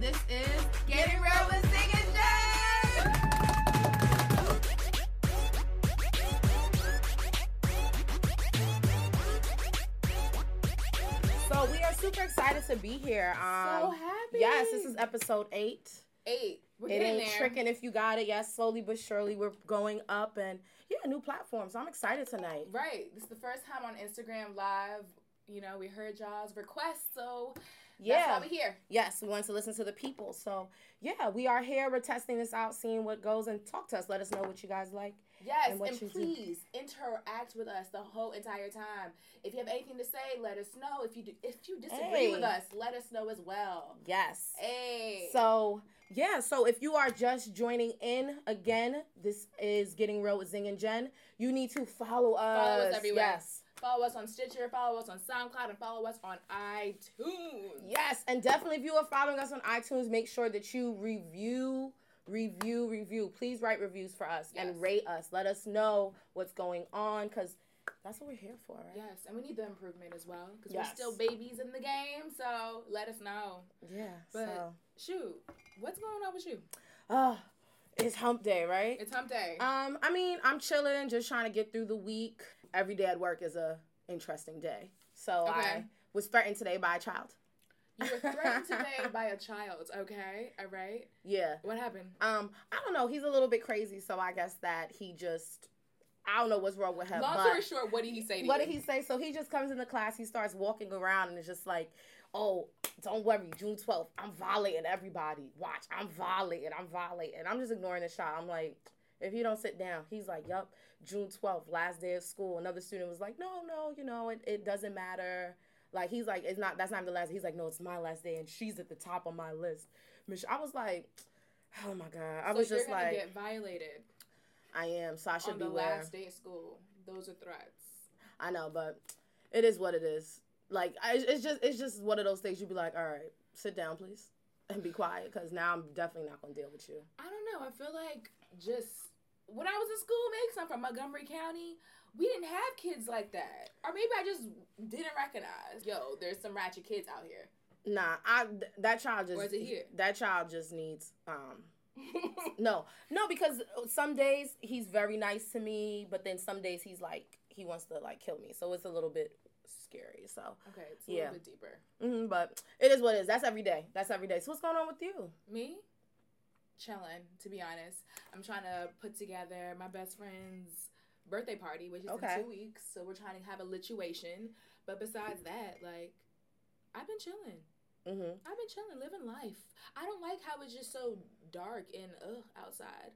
this is Getting Real with Singing Jay. So we are super excited to be here. Um, So happy. Yes, this is episode eight. Eight. We're it getting ain't there. tricking if you got it. Yes, slowly but surely we're going up and yeah, new platforms. I'm excited tonight. Right. This is the first time on Instagram Live. You know, we heard y'all's requests, so Yeah. that's why we here. Yes, we want to listen to the people. So yeah, we are here. We're testing this out, seeing what goes, and talk to us. Let us know what you guys like. Yes, And and, what you do. please interact with us the whole entire time. If you have anything to say, let us know. If you do, if you disagree Hey. with us, let us know as well. Yes. Hey. So yeah, so if you are just joining in again, this is getting real with Zing and Jen. You need to follow us. Follow us everywhere. Yes. follow us on Stitcher, follow us on SoundCloud, and follow us on iTunes. Yes, and definitely if you are following us on iTunes, make sure that you review, review, review. Please write reviews for us Yes. and rate us. Let us know what's going on because that's what we're here for, right? Yes, and we need the improvement as well because Yes. we're still babies in the game. So let us know. Yeah. But- so, Shoot, what's going on with you? oh, it's hump day, right? It's hump day. Um, I mean, I'm chilling, just trying to get through the week. Every day at work is a interesting day. So I Okay. was threatened today by a child. you were threatened today by a child. Okay, all right. Yeah. What happened? Um, I don't know. He's a little bit crazy, so I guess that he just I don't know what's wrong with him. Long but- story short, what did he say? To What you? did he say? So he just comes in the class, he starts walking around and is just like, Oh, don't worry, June 12th, I'm violating everybody. Watch, I'm violating, I'm violating. I'm just ignoring the shot. I'm like, if you don't sit down, he's like, Yup, June 12th, last day of school. Another student was like, No, no, you know, it, it doesn't matter. Like he's like, it's not that's not the last. He's like, no, it's my last day, and she's at the top of my list. Mich- I was like, oh my god, I So was you're just gonna like, get violated I am, so I should on be the aware. last day of school. Those are threats. I know, but it is what it is. Like I, it's just it's just one of those things. You'd be like, all right, sit down, please, and be quiet, because now I'm definitely not gonna deal with you. I don't know. I feel like just when I was in school, maybe 'cause I'm from Montgomery County, we didn't have kids like that, or maybe I just didn't recognize. Yo, there's some ratchet kids out here. Nah, I th- that child just Or is it here? that child just needs um no no because some days he's very nice to me, but then some days he's like he wants to like kill me, so it's a little bit scary. So, okay, it's a Yeah. little bit deeper. mhm, but it is what it is. That's every day. That's every day. So what's going on with you? Me, chilling. To be honest, I'm trying to put together my best friend's birthday party, which is Okay. in two weeks. So we're trying to have a lituation. But besides that, like, I've been chilling. Mm-hmm. I've been chilling, living life. I don't like how it's just so dark and ugh outside.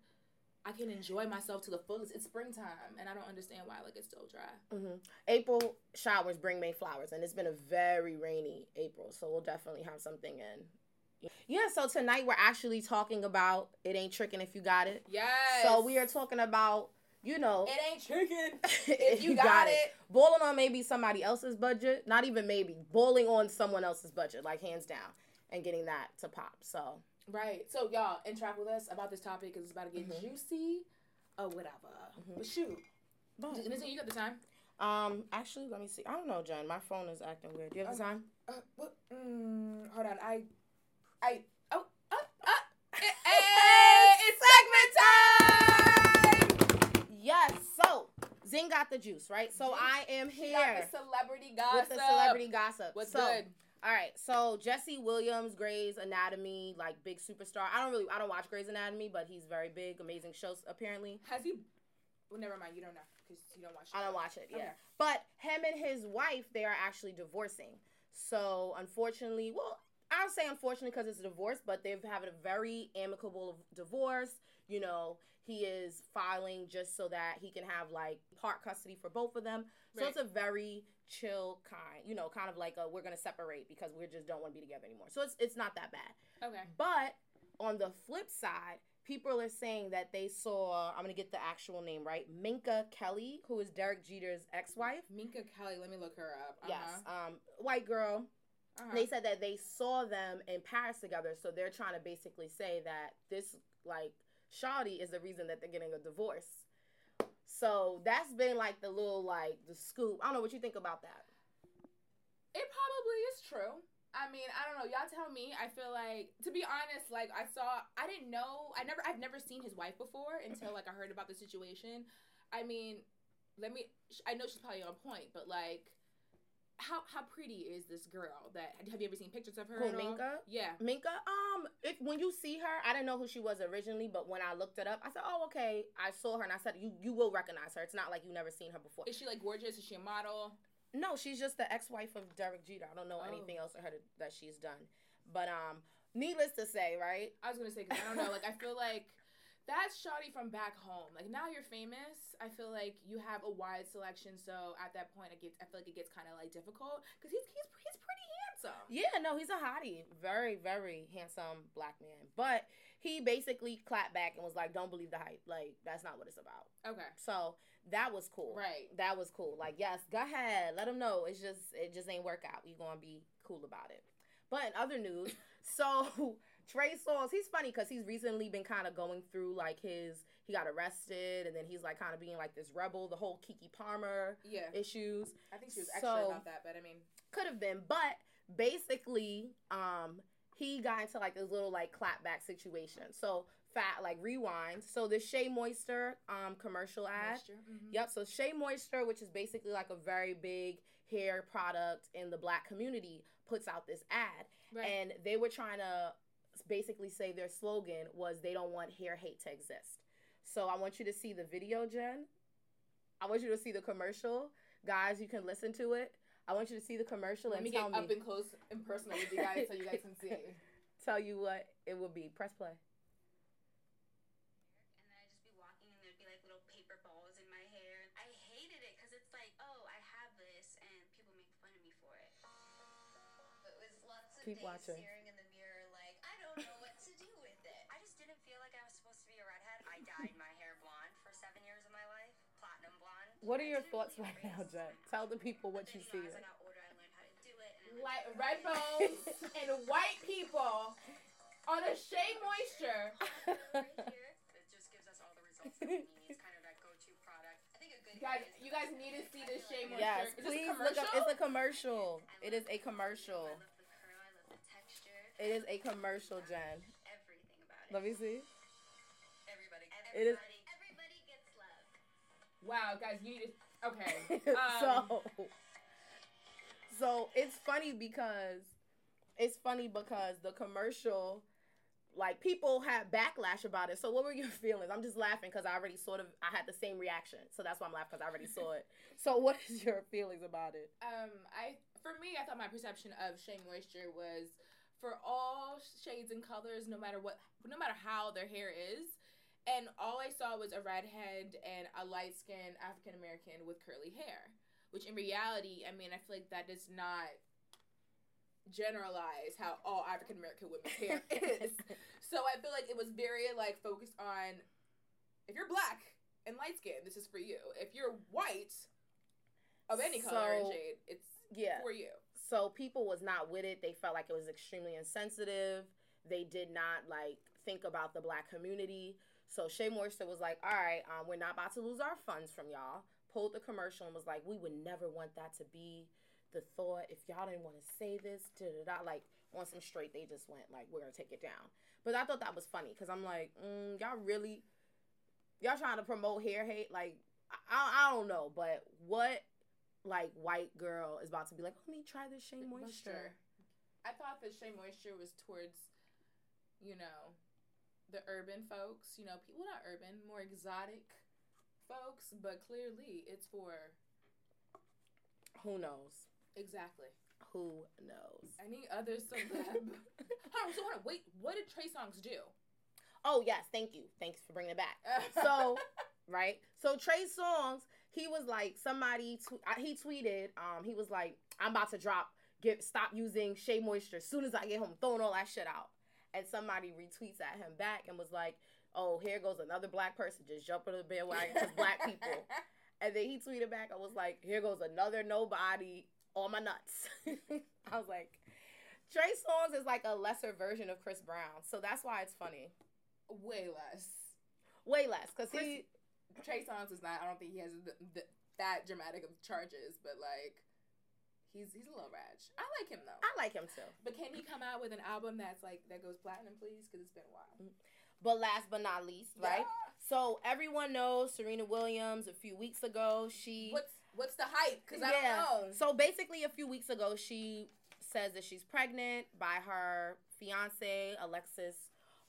I can enjoy myself to the fullest. It's springtime, and I don't understand why like it's still dry. hmm April showers bring May flowers, and it's been a very rainy April, so we'll definitely have something in. Yeah, so tonight we're actually talking about it ain't tricking if you got it. Yes. So we are talking about you know It ain't tricking if you, got, it. Balling on maybe somebody else's budget, not even maybe balling on someone else's budget, like hands down, and getting that to pop. So Right. So y'all interact with us about this topic because it's about to get Mhm. juicy or whatever. Mhm. But shoot, Nizzy, you got the time? um, actually, let me see. I don't know, Jen. My phone is acting weird. Do you have the time? Uh, what? Mm, hold on. I, I. Oh, oh, oh. Eh, Hey, it's segment time. Yes. So Zing got the juice, right? So Zing- I am She here. got the celebrity gossip. with the celebrity gossip. What's so, good? All right, so Jesse Williams, Grey's Anatomy, like big superstar. I don't really, I don't watch Grey's Anatomy, but he's very big, amazing shows apparently. Has he? Well, never mind. You don't know because you don't watch. I it. don't watch it, yeah. Okay. But him and his wife, they are actually divorcing. So unfortunately, well, I'll say unfortunately because it's a divorce, but they've had a very amicable divorce. You know, he is filing just so that he can have like part custody for both of them. So Right. it's a very chill kind, you know, kind of like a, we're gonna separate because we just don't want to be together anymore. So it's it's not that bad. Okay. But on the flip side, people are saying that they saw, I'm going to get the actual name right, Minka Kelly, who is Derek Jeter's ex wife. Minka Kelly. Let me look her up. Uh-huh. Yes, um, white girl. Uh-huh. They said that they saw them in Paris together. So they're trying to basically say that this, like, Shawty is the reason that they're getting a divorce. So that's been like the little, like, the scoop. I don't know what you think about that. It probably is true. I mean, I don't know. Y'all tell me. I feel like, to be honest, like I saw, I didn't know. I never, I've never seen his wife before until like I heard about the situation. I mean, let me. sh- I know she's probably on point, but like, how how pretty is this girl? That have you ever seen pictures of her? Who, at all? Minka? Yeah. Minka, um, if when you see her, I didn't know who she was originally, but when I looked it up, I said, "Oh, okay." I saw her, and I said, "You you will recognize her. It's not like you never seen her before." Is she like gorgeous? Is she a model? No, she's just the ex-wife of Derek Jeter. I don't know Oh. anything else that her that she's done, but um, needless to say, right? I was gonna say, 'cause I don't know. Like, I feel like that's Shawty from back home. Like now you're famous. I feel like you have a wide selection. So at that point, it gets. I feel like it gets kind of like difficult because he's he's he's pretty handsome. Yeah, no, he's a hottie, very very handsome black man, but he basically clapped back and was like, "Don't believe the hype. Like that's not what it's about." Okay. So that was cool. Right. That was cool. Like, yes, go ahead. Let them know. It's just it just ain't work out. You gonna be cool about it. But in other news, so Trey Songz, he's funny because he's recently been kind of going through like his he got arrested and then he's like kind of being like this rebel, the whole Kiki Palmer Yeah. issues I think she was extra So- about that, but I mean, could have been but basically um he got into like this little like clapback situation so fat like rewind so the shea moisture um commercial ad moisture. Mhm. Yep. So Shea Moisture, which is basically like a very big hair product in the black community, puts out this ad, Right. and they were trying to basically say their slogan was they don't want hair hate to exist. So I want you to see the video, Jen. I want you to see the commercial, guys. You can listen to it. I want you to see the commercial Let and me tell get me up and close and personal with you guys so you guys can see. tell you what it would be. Press play. and then I'd just be walking and there'd be like little paper balls in my hair. I hated it because it's like, oh, I have this and people make fun of me for it. It was lots of Keep days watching. staring in the mirror like, I don't know what to do with it. I just didn't feel like I was supposed to be a redhead. I dyed my hair blonde for seven years of my life, platinum blonde. What are I your didn't thoughts really right now, embrace Jen? my Tell the people what you then, see. know, as I got older, I learned how to do it. And like red bones and white people on a shea moisture. right here, it just gives us all the results that we need. It's kind of that go-to product. I think a good hair Guys, is- you guys need to see this shea moisture. Yes, Is this a please look up. commercial? It's a commercial. I It love is a the curl, commercial. I love the curl. I love the texture. It is a commercial, Jen. Everything about it. Let me see. everybody. It is- Everybody- Everybody gets love. Wow, guys, you need to. Okay. Um, so, so it's funny because it's funny because the commercial, like people had backlash about it. So what were your feelings? I'm just laughing because I already sort of I had the same reaction. So that's why I'm laughing because I already saw it. So what is your feelings about it? um, I for me, I thought my perception of shea moisture was for all shades and colors, no matter what, no matter how their hair is. And all I saw was a redhead and a light skinned African American with curly hair, which in reality, I mean, I feel like that does not generalize how all African American women's hair is. So I feel like it was very like focused on if you're black and light skinned, this is for you. If you're white of any color and So- shade, it's yeah. for you. so people was not with it they felt like it was extremely insensitive they did not like think about the black community so Shea Moisture was like all right um, we're not about to lose our funds from y'all pulled the commercial and was like we would never want that to be the thought if y'all didn't want to say this da da da like on some straight they just went like we're gonna take it down but I thought that was funny because I'm like mm, y'all really y'all trying to promote hair hate like I, I don't know but what like white girl is about to be like, let me try this Shea Moisture. I thought that Shea Moisture was towards, you know, the urban folks, you know, people not urban, more exotic folks, but clearly it's for Who knows? exactly. Who knows? Any other celeb. I also want to wait. What did Trey Songs do? Oh yes, thank you. Thanks for bringing it back. So, right? So Trey Songs, he was like somebody. Tw- I- he tweeted. Um, he was like, I'm about to drop. Get stop using Shea Moisture. As soon as I get home, throwing all that shit out. And somebody retweets at him back and was like, Oh, here goes another black person just jumping on the bandwagon because black people. And then he tweeted back. I was like, here goes another nobody on my nuts. I was like, Trey Songz is like a lesser version of Chris Brown. So that's why it's funny. Way less. Way less. Because Chris- he, Trey Songz is not. I don't think he has the, the, that dramatic of charges, but like He's he's a little raj. I like him though. I like him too. But can he come out with an album that's like that goes platinum, please? Because it's been a while, But last but not least, right? So everyone knows Serena Williams. A few weeks ago, she Yeah. What's what's the hype? Because I Yeah. don't know. So basically, a few weeks ago, she says that she's pregnant by her fiance Alexis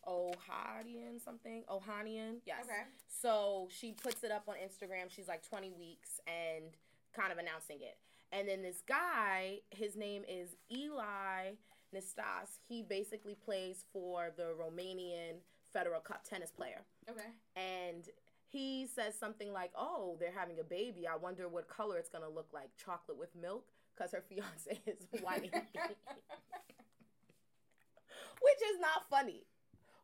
Ohanian something Ohanian. Yes. okay. So she puts it up on Instagram. She's like 20 weeks and kind of announcing it. And then this guy, his name is Eli Nistas. He basically plays for the Romanian Federal Cup tennis player Okay. and he says something like, "Oh, they're having a baby. I wonder what color it's gonna look like. Chocolate with milk, because her fiance is white, which is not funny.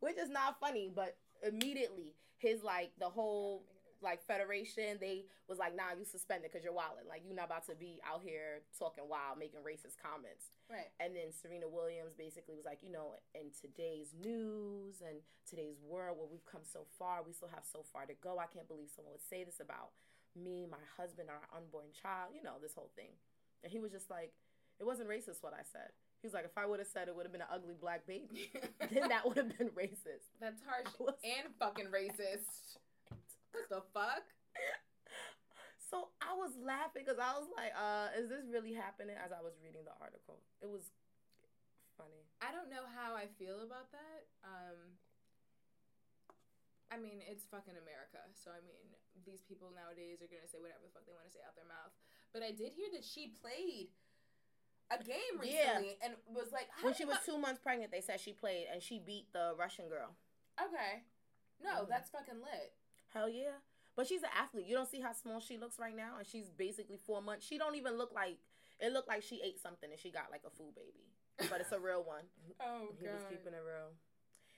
Which is not funny. But immediately, his like the whole like federation, they was like, "Nah, you suspended because you're wilding. Like you're not about to be out here talking wild, making racist comments." Right. And then Serena Williams basically was like, you know, in today's news and today's world where we've come so far, we still have so far to go. I can't believe someone would say this about me, my husband, our unborn child, you know, this whole thing. And he was just like, it wasn't racist what I said. He was like, if I would have said it would have been an ugly black baby, then that would have been racist. That's I harsh was- and fucking racist. What the fuck? So I was laughing because I was like, uh, is this really happening? As I was reading the article, it was funny. I don't know how I feel about that. Um, I mean, it's fucking America, so I mean, these people nowadays are gonna say whatever the fuck they want to say out their mouth. But I did hear that she played a game Yeah. recently and was like, how When the she was fuck- two months pregnant, they said she played and she beat the Russian girl. okay, no, Mhm. that's fucking lit. Hell yeah. But she's an athlete. You don't see how small she looks right now, and she's basically four months. She don't even look like it looked like she ate something and she got like a food baby. But it's a real one. Oh he was keeping it real.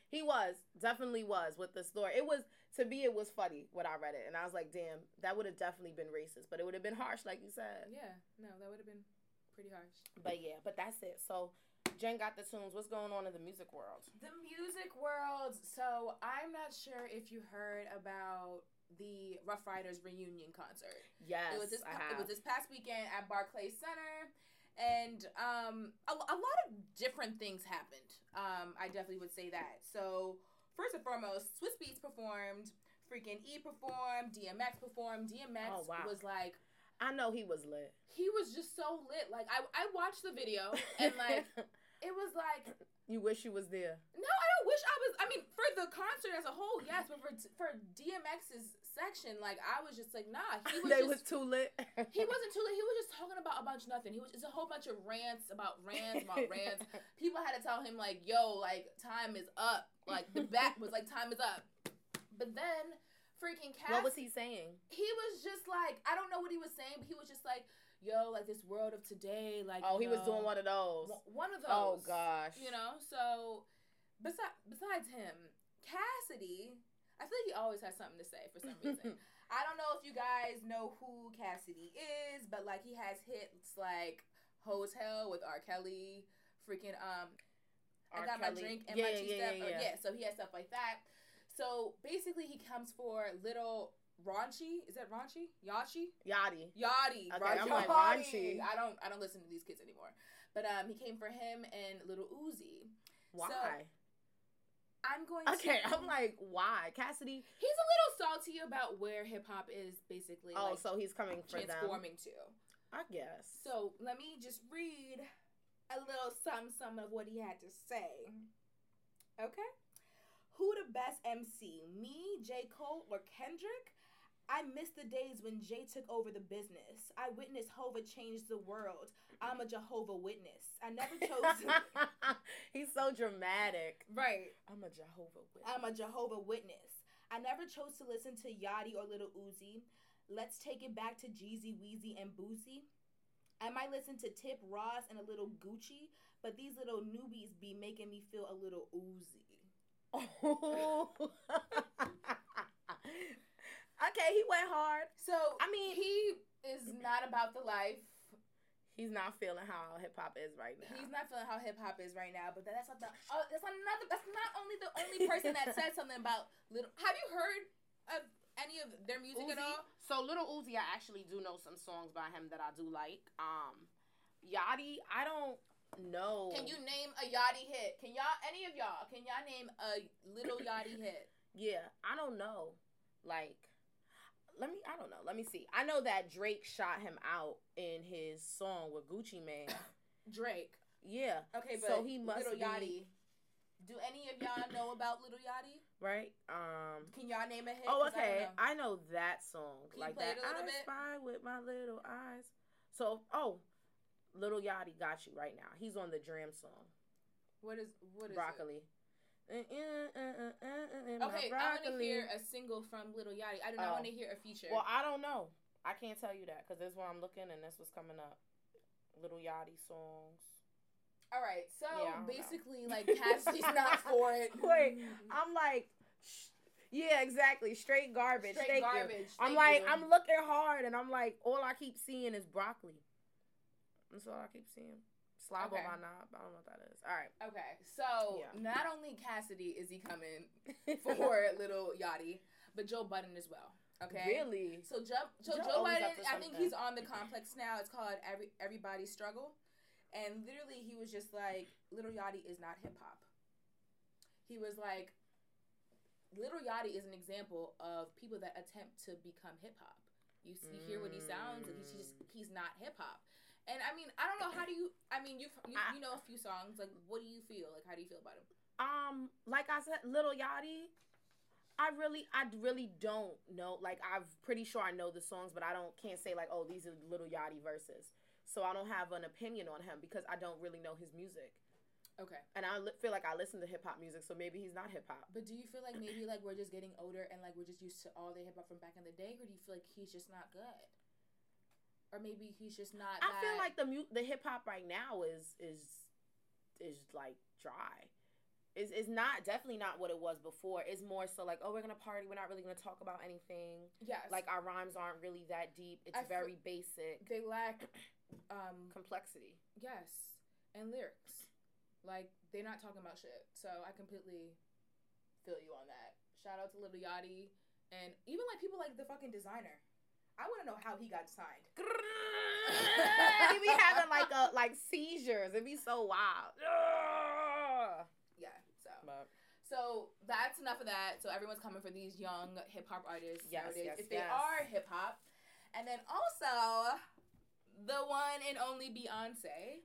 He was definitely was with the story. It was to me, it was funny when I read it, and I was like, "Damn, that would have definitely been racist, but it would have been harsh, like you said." Yeah, no, that would have been pretty harsh. But yeah, but that's it. So Jen got the tunes. What's going on in the music world? The music world. So I'm not sure if you heard about the Rough Riders reunion concert. Yes, it was this I have. it was this past weekend at Barclays Center, and um, a, a lot of different things happened. Um, I definitely would say that. So first and foremost, Swiss Beats performed, freaking E performed, DMX performed. DMX Oh, wow. was like I know he was lit. he was just so lit. Like I I watched the video and like it was like you wish you was there. no, I don't wish I was. I mean, for the concert as a whole, yes, but for for DMX's section, like I was just like, nah, he was they just was too lit. He wasn't too. He was just talking about a bunch of nothing. He was it's a whole bunch of rants about rants about rants. People had to tell him like, "Yo, like time is up." Like the back was like, "Time is up." But then, freaking Cass, What was he saying? He was just like, I don't know what he was saying, but he was just like, "Yo, like this world of today." Like, Oh, he you was know, doing one of those. w- One of those. Oh gosh. You know. So, besides besides him, Cassidy. I feel like he always has something to say for some reason. I don't know if you guys know who Cassidy is, but like he has hits like Hotel with R. Kelly, freaking um R. I got my Kelly. drink and yeah, my yeah, cheese yeah, stuff. yeah, Oh, yeah. yeah, so he has stuff like that. So basically he comes for little raunchy. Is that raunchy? Yachi? Yachty. Yachty. Okay, Raunchy. I'm like, raunchy. I don't I don't listen to these kids anymore. But um he came for him and little Uzi. Why? I'm going okay, to I'm like, why? Cassidy. He's a little salty about where hip hop is basically Oh, like, so he's coming for them. transforming to. I guess. So let me just read a little sum sum of what he had to say. Okay. Who the best MC? Me, J. Cole, or Kendrick? I miss the days when Jay took over the business. I witnessed Hova change the world. I'm a Jehovah Witness. I never chose. he's so dramatic. right. I'm a Jehovah Witness. I'm a Jehovah Witness. I never chose to listen to Yachty or Little Uzi. Let's take it back to Jeezy, Weezy, and Boozy. I might listen to Tip Ross and a little Gucci, but these little newbies be making me feel a little oozy. Oh. okay, he went hard. So I mean, he is not about the life. He's not feeling how hip hop is right now. He's not feeling how hip hop is right now. But that's not the. Oh, that's not another. That's not only the only person that said something about little. Have you heard of any of their music Uzi. at all? So little Uzi, I actually do know some songs by him that I do like. Um, Yachty, I don't know. Can you name a Yachty hit? Can y'all, any of y'all, can y'all name a little Yachty hit? Yeah, I don't know. Like, let me. I don't know. Let me see. I know that Drake shot him out in his song with Gucci Man. Drake. yeah, Okay, but So he must Little be- Yachty. Do any of y'all know about Little Yachty? right. Um. Can y'all name a hit? Oh, 'Cause I don't okay. know. I, know that song. Can you like play that. it a I little bit? spy with my little eyes. So, oh, little Yachty got you right now. He's on the Dram song, What is what is it? broccoli. Uh, Okay, Okay, I want to hear a single from Little Yachty. I do not Oh. want to hear a feature. Well, I don't know. I can't tell you that because this is what I'm looking and this was coming up. Little Yachty songs. All right, so Yeah, I don't know. basically, like Cassidy's not for it. Wait, I'm like, sh- yeah, exactly. Straight garbage. Straight Thank you. garbage. I'm Thank like, you. I'm looking hard, and I'm like, all I keep seeing is broccoli. That's all I keep seeing. Slob Okay. on my knob. I don't know what that is. All right. Okay, so Yeah. not only Cassidy is he coming for little Yachty, but Joe Budden as well. Okay, really? So Joe, so Joe Joe, always Biden, up to I think something. he's on the complex now. It's called Every Everybody's Struggle, and literally he was just like, "Little Yachty is not hip hop." He was like, "Little Yachty is an example of people that attempt to become hip hop." You see, hear what he sounds, and he's just Mm. he's not hip hop. And I mean, I don't know. How do you? I mean, you've, you I- you know a few songs. Like, what do you feel? Like, how do you feel about him? Um, like I said, Little Yachty. I really, I really don't know. Like I'm pretty sure I know the songs, but I don't can't say like, oh, these are Little Yachty verses. So I don't have an opinion on him because I don't really know his music, Okay, and I li- feel like I listen to hip hop music, so maybe he's not hip hop. but do you feel like maybe like we're just getting older and like we're just used to all the hip hop from back in the day, or do you feel like he's just not good, or maybe he's just not? I feel that- like the mu- the hip hop right now is is is like dry. Is is not definitely not what it was before. It's more so like, oh, we're gonna party. We're not really gonna talk about anything. yes, Like our rhymes aren't really that deep. It's I feel- very basic they lack um complexity. yes and lyrics, like they're not talking about shit. So I completely feel you on that. Shout out to Little Yachty and even like people like the fucking designer. I want to know how he got signed. he be having like a like seizures. It'd be so wild. Yeah, so So that's enough of that. So everyone's coming for these young hip hop artists Yes, nowadays, yes, if they yes. are hip hop. And then also the one and only Beyonce.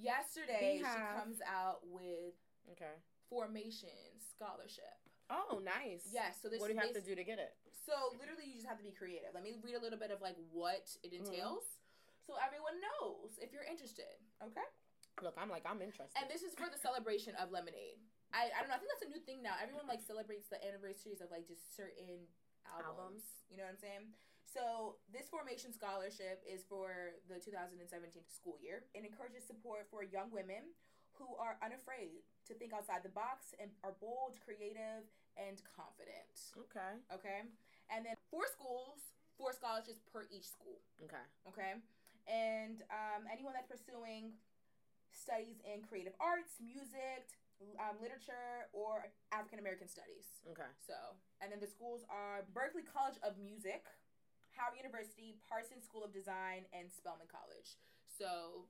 Yesterday Beehive. she comes out with okay. formation scholarship. Oh, nice. Yes, so this What do you is have to basi- do to get it? so literally, you just have to be creative. Let me read a little bit of like what it Mm-hmm. entails, so everyone knows if you're interested. Okay. Look, I'm like I'm interested. And this is for the celebration of lemonade. I, I don't know. I think that's a new thing now. Everyone like celebrates the anniversaries of like just certain albums. Albums. You know what I'm saying? So this formation scholarship is for the 2017 school year. It encourages support for young women who are unafraid to think outside the box and are bold, creative, and confident. okay. Okay. And then four schools, four scholarships per each school Okay. okay and um, anyone that's pursuing studies in creative arts music um, literature or african american studies Okay. so and then the schools are berkeley college of music howard university parsons school of design and spelman college so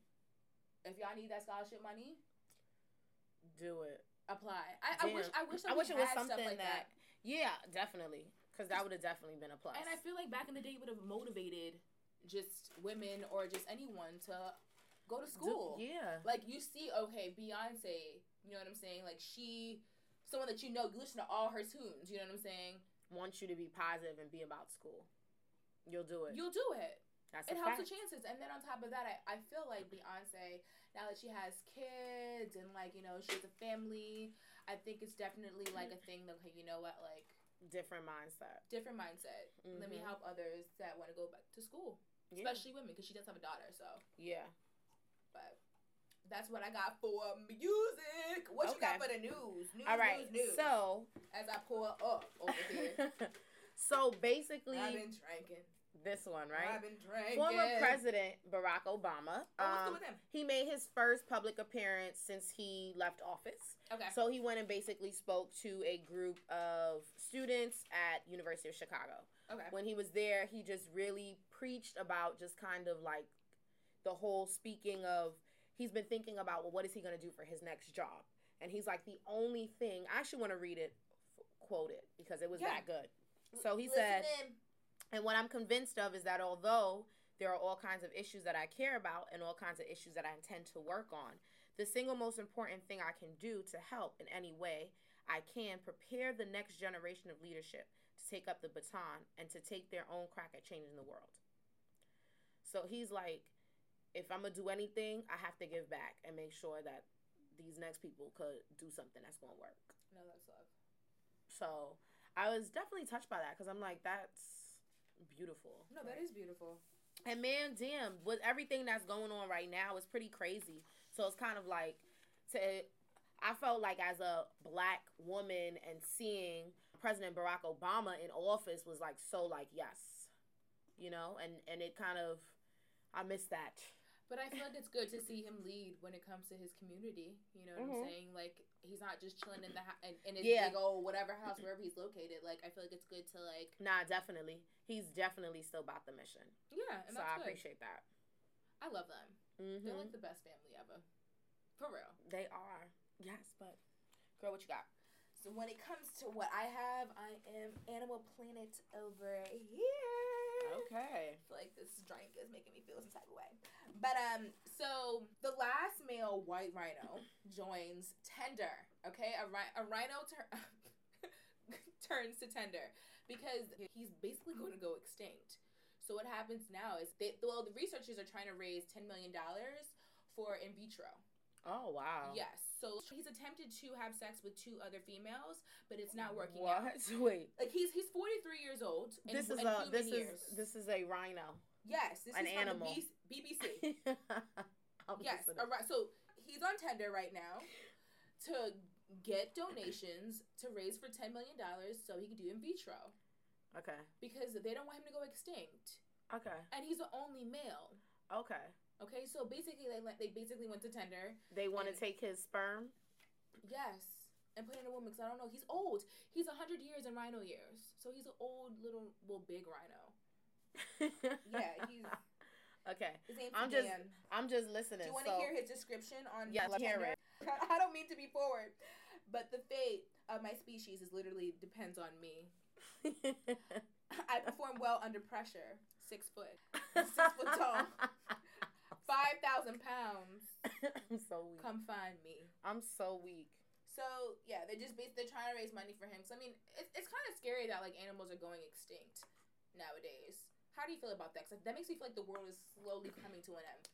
if y'all need that scholarship money Do it. apply i, I wish i wish, that I we wish it was had stuff something like that, Yeah, definitely. Because that would have definitely been a plus. And I feel like back in the day would have motivated just women or just anyone to go to Do- school. yeah. Like you see, okay, Beyonce, you know what I'm saying? Like she someone that you know, you listen to all her tunes, you know what I'm saying? Want you to be positive and be about school. You'll do it. You'll do it. That's It a helps fact. the chances. And then on top of that, I, I feel like Beyonce, now that she has kids and like, you know, she has a family, I think it's definitely like a thing that okay, you know what, like Different mindset. different mindset. Let me Mhm. help others that want to go back to school. Yeah. Especially women, because she does have a daughter, so yeah. But that's what I got for music. What you Okay. got for the news? News, All right. news, news. So. as I pull up over here, so basically, I've been drinking. this one, right? I've been drinking. Former President Barack Obama. Oh, what's good um, with them? he made his first public appearance since he left office. Okay. So he went and basically spoke to a group of students at University of Chicago. okay. when he was there, he just really preached about just kind of like the whole speaking of he's been thinking about well what is he going to do for his next job and he's like the only thing i actually want to read it f- quote it because it was Yeah. that good so he said and what I'm convinced of is that although there are all kinds of issues that I care about and all kinds of issues that I intend to work on, the single most important thing I can do to help in any way I can prepare the next generation of leadership to take up the baton and to take their own crack at changing the world. So he's like, if I'm gonna do anything, I have to give back and make sure that these next people could do something that's gonna work. No, that's love. So I was definitely touched by that because I'm like, that's beautiful. No, that is beautiful. And man, damn, with everything that's going on right now, it's pretty crazy. So it's kind of like to I felt like as a black woman and seeing President Barack Obama in office was like so like yes. You know, and and it kind of I miss that. But I feel like it's good to see him lead when it comes to his community. You know Mhm. what I'm saying? Like he's not just chilling in the ho- in, in his Yeah. big old whatever house wherever he's located. Like I feel like it's good to like Nah, definitely. He's definitely still about the mission. yeah. And so that's I good. appreciate that. I love them. Mhm. They're like the best family ever. For real. They are. Yes, but girl, what you got? So when it comes to what I have, I am Animal Planet over here. Okay. feel like this drink is making me feel some type of way. But um, so the last male white rhino joins tender. Okay, a, rhi- a rhino tur- turns to tender because he's basically going to go extinct. So what happens now is they well the researchers are trying to raise ten million dollars for in vitro. Oh wow. Yes. So he's attempted to have sex with two other females, but it's not working what? out. Wait. Like he's he's forty three years old. And, this is and a human this years. is this is a rhino. Yes, this An is animal. from the B- BBC. I'm yes, listening. all right. So he's on Tender right now to get donations to raise for ten million dollars so he can do in vitro Okay. because they don't want him to go extinct, Okay. and he's the only male. Okay. Okay, so basically they let- they basically went to Tender. They want to And- take his sperm. Yes. And put in a woman because I don't know. He's old. He's hundred years in rhino years, so he's an old little, well, big rhino. Yeah, he's. Okay. His name's I'm just- Dan. I'm just listening. Do you want to so, hear his description on Yes, Love hear Tender? I don't mean to be forward, but the fate of my species is literally depends on me. I perform well under pressure. Six foot, Six foot tall. five thousand pounds. I'm so weak. Come find me. I'm so weak. So yeah, they're just bas- they're trying to raise money for him. So I mean, it's, it's kind of scary that like animals are going extinct nowadays. How do you feel about that? 'Cause, like, that makes me feel like the world is slowly coming to an end.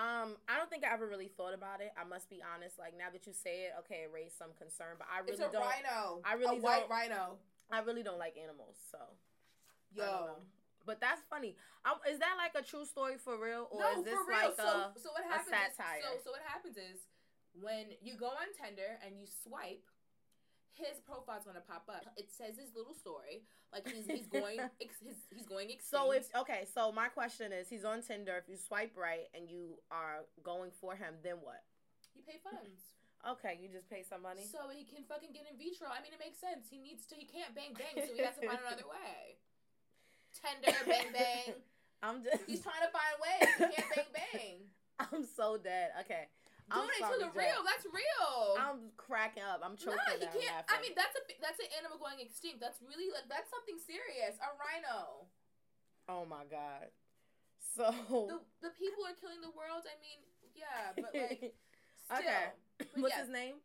Um, I don't think I ever really thought about it. I must be honest. Like now that you say it, okay, it raised some concern, but I really it's a don't. rhino. I really a white don't- rhino. I really don't like animals. So I don't Yo. know. But that's funny. Um, is that like a true story for real, or is this like so, a? so what happens satire? Is, so so what happens is when you go on Tinder and you swipe, his profile's gonna pop up. It says his little story, like he's he's going ex, his, he's going extinct. So if okay, so my question is, he's on Tinder. If you swipe right and you are going for him, then what? you pay funds, Okay, you just pay some money. so he can fucking get in vitro. I mean, it makes sense. He needs to. He can't bang bang, so he has to find another way. Tinder bang bang. I'm just, He's trying to find ways. He can't bang bang. I'm so dead. Okay, I'm Donate sorry, to the Jack. real. That's real. I'm cracking up. I'm choking. no, he down can't. laughing. I mean, that's a that's an animal going extinct. That's really like that's something serious. A rhino. oh my god. So The the people are killing the world. I mean, yeah, but like still. Okay. But what's yeah, his name?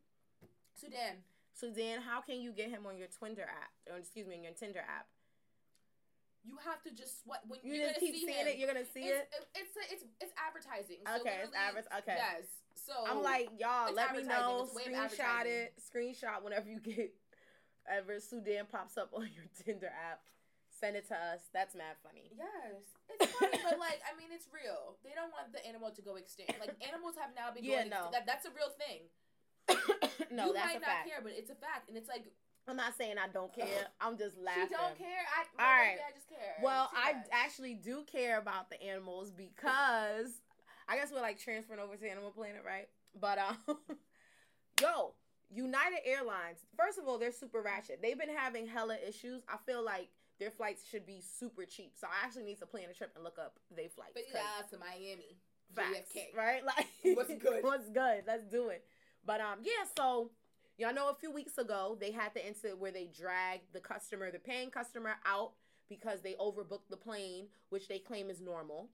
Sudan. So then, how can you get him on your Tinder app? Or excuse me, on your Tinder app? You have to just what when You are just gonna keep see seeing him. it. You're gonna see it. it's, It's it's it's advertising. So Okay, it's literally- adver- okay. Yes. So I'm like, y'all, Oh, it's let me advertising. know. It's a way of Screenshot advertising. it. Screenshot whenever you get ever Sudan pops up on your Tinder app. Send it to us. That's mad funny. Yes, it's funny, but like I mean, it's real. They don't want the animal to go extinct. Like animals have now been Yeah, going no. extinct. That, that's a real thing. no, you that's a might not fact. care, but it's a fact, and it's like I'm not saying I don't care. I'm just laughing. She don't care. I, All well, right. maybe I just care. Well, Too I much. actually do care about the animals because I guess we're like transferring over to Animal Planet, right? But um, yo, United Airlines. First of all, they're super ratchet. They've been having hella issues. I feel like their flights should be super cheap. So I actually need to plan a trip and look up their flights. But 'cause yeah, to Miami. Facts, JFK. right? Like What's good? what's good? Let's do it. But um, yeah. So y'all know a few weeks ago they had the incident where they dragged the customer, the paying customer, out because they overbooked the plane, which they claim is normal.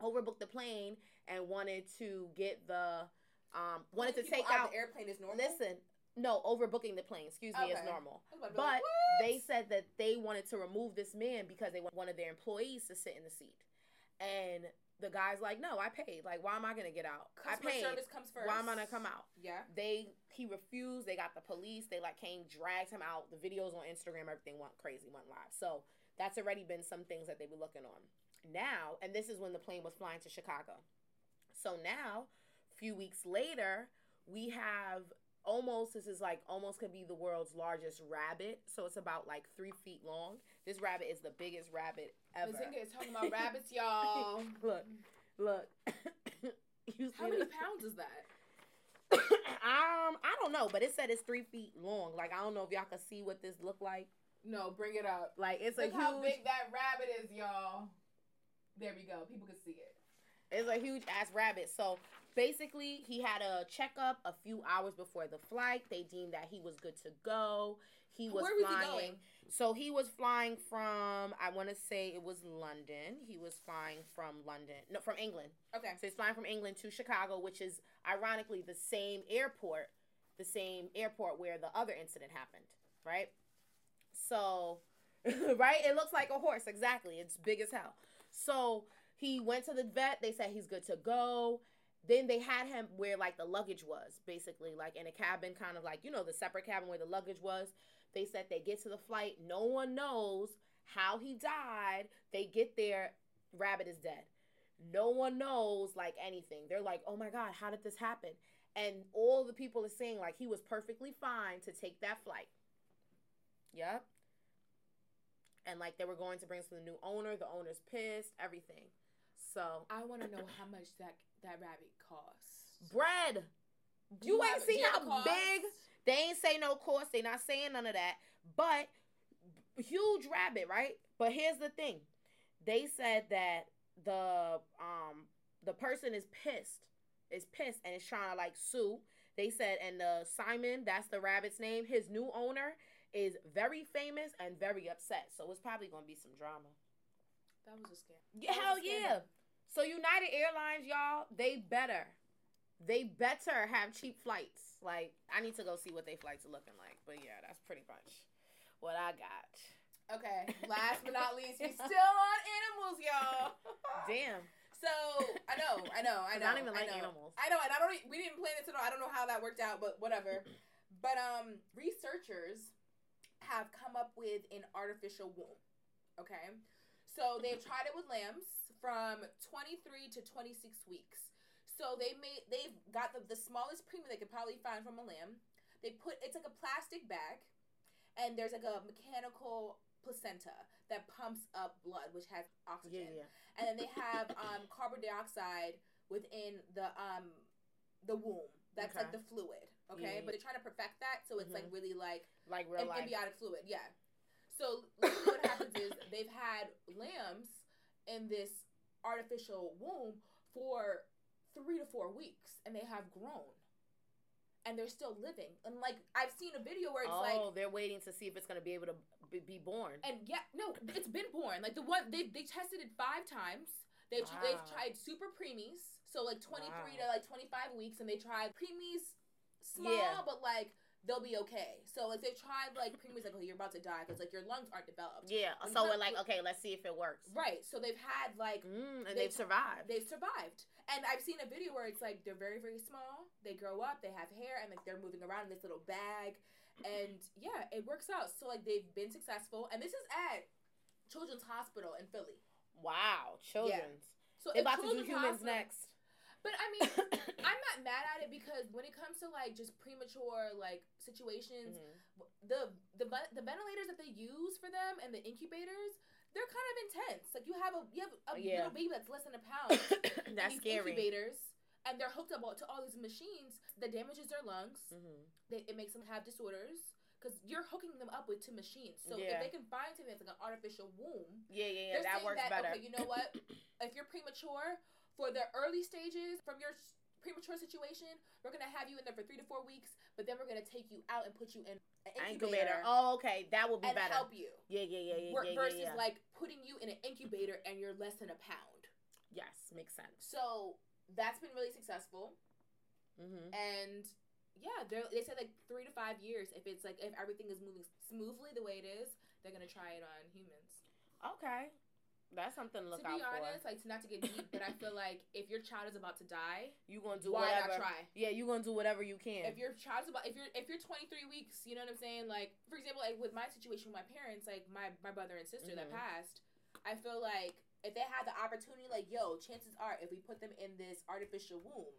Overbooked the plane and wanted to get the um wanted to People take out out. the airplane is normal. Listen, no, overbooking the plane. Excuse me, is Okay. normal. I was about to be But like, they said that they wanted to remove this man because they wa- wanted their employees to sit in the seat. And the guy's like, "No, I paid. Like, why am I gonna get out? "What? I customer paid. service comes first. Why am I gonna come out?" Yeah. They he refused. They got the police. They like came, dragged him out. The videos on Instagram, everything went crazy, went live. So that's already been some things that they were looking on now. And this is when the plane was flying to Chicago. So now, a few weeks later, we have almost this is like almost could be the world's largest rabbit. So it's about like three feet long. This rabbit is the biggest rabbit ever. Mazinga is talking about rabbits, y'all. Look, look. you How see many this? pounds is that? um, I don't know, but it said it's three feet long. Like I don't know if y'all can see what this look like. No, bring it up. Like it's Look a how huge, big that rabbit is, y'all. There we go. People can see it. it's a huge ass rabbit. So basically, he had a checkup a few hours before the flight. They deemed that he was good to go. He was Where was flying. he going? So he was flying from I want to say it was London. He was flying from London, no, from England. Okay. So he's flying from England to Chicago, which is ironically the same airport, the same airport where the other incident happened, right? So, right? It looks like a horse, exactly. It's big as hell. So he went to the vet. They said he's good to go. Then they had him where like the luggage was, basically, like in a cabin, kind of like, you know, the separate cabin where the luggage was. They said they get to the flight. No one knows how he died. They get there. Rabbit is dead. No one knows like anything. They're like, oh my God, how did this happen? And all the people are saying like he was perfectly fine to take that flight. Yep. And like they were going to bring us to the new owner. The owner's pissed, everything. So I want to know how much that that rabbit costs. bread. You ain't see seen how big they ain't say no cost. They not saying none of that. But huge rabbit, right? But here's the thing. They said that the um the person is pissed. Is pissed and is trying to like sue. They said and uh, Simon, that's the rabbit's name, his new owner is very famous and very upset. So it's probably going to be some drama. That was a scam. Yeah, That was hell a yeah. scam. So United Airlines, y'all, they better, they better have cheap flights. Like I need to go see what they flights are looking like. But yeah, that's pretty much what I got. Okay. Last but not least, we still on animals, y'all. Damn, So I know, I know, I 'Cause I know. don't even like know. animals. I know, and I don't. e- We didn't plan this at all. I don't know how that worked out, but whatever. but um, researchers have come up with an artificial womb. Okay, so they tried it with lambs from 23 to 26 weeks. So they made they've got the, the smallest premium they could probably find from a lamb. They put it's like a plastic bag, and there's like a mechanical placenta that pumps up blood, which has Yeah, oxygen yeah. and then they have um, carbon dioxide within the um, the womb. That's like Okay. the fluid, okay? Yeah, yeah. But they're trying to perfect that, so it's like really like Like real an life. embiotic fluid, yeah. So literally what happens is they've had lambs in this artificial womb for three to four weeks, and they have grown, and they're still living. And like I've seen a video where it's oh, like they're waiting to see if it's gonna be able to b- be born. and yeah, no, it's been born. Like the one they they tested it five times. They have they've Wow. tried super preemies, so like twenty three Wow. to like twenty five weeks, and they tried preemies small, Yeah. but like they'll be okay. So like they've tried like preemies, like oh you're about to die because like your lungs aren't developed. yeah. I'm So not- we're like, okay, let's see if it works. Right. So they've had like Mm, and They- they've survived. they've survived, and I've seen a video where it's like they're very very small. They grow up, they have hair, and like they're moving around in this little bag, and yeah, it works out. So like they've been successful, and this is at Children's Hospital in Philly. wow, children's. So They if about to do Children's humans Hospital- next. But I mean, I'm not mad at it because when it comes to like just premature like situations, Mhm. w- the the ve- the ventilators that they use for them and the incubators, they're kind of intense. Like you have a you have a Oh, Yeah. little baby that's less than a pound. in That's these scary. Incubators. And they're hooked up all- to all these machines that damages their lungs. hmm They, it makes them have disorders because you're hooking them up with two machines. So Yeah. if they can find something that's like an artificial womb, Yeah, yeah, yeah. they're that saying works that, better. Okay, you know what? if you're premature, for the early stages from your s- premature situation, we're gonna have you in there for three to four weeks, but then we're gonna take you out and put you in an Incubator. incubator, Oh, okay, that would be and better. help you. Yeah, yeah, yeah, yeah, Wor- yeah, versus yeah, yeah. like putting you in an incubator and you're less than a pound. yes, makes sense. So that's been really successful. Mm-hmm. and yeah, they're, they said like three to five years. If it's like if everything is moving smoothly the way it is, they're gonna try it on humans. Okay, that's something to look to be out honest, for. like to not to get deep, but I feel like if your child is about to die, You gonna do why whatever? not try? Yeah, you gonna do whatever you can. If your child's about, if you're if you're 23 weeks, you know what I'm saying. Like for example, like with my situation with my parents, like my my brother and sister that Mhm. passed, I feel like if they had the opportunity, like yo, chances are if we put them in this artificial womb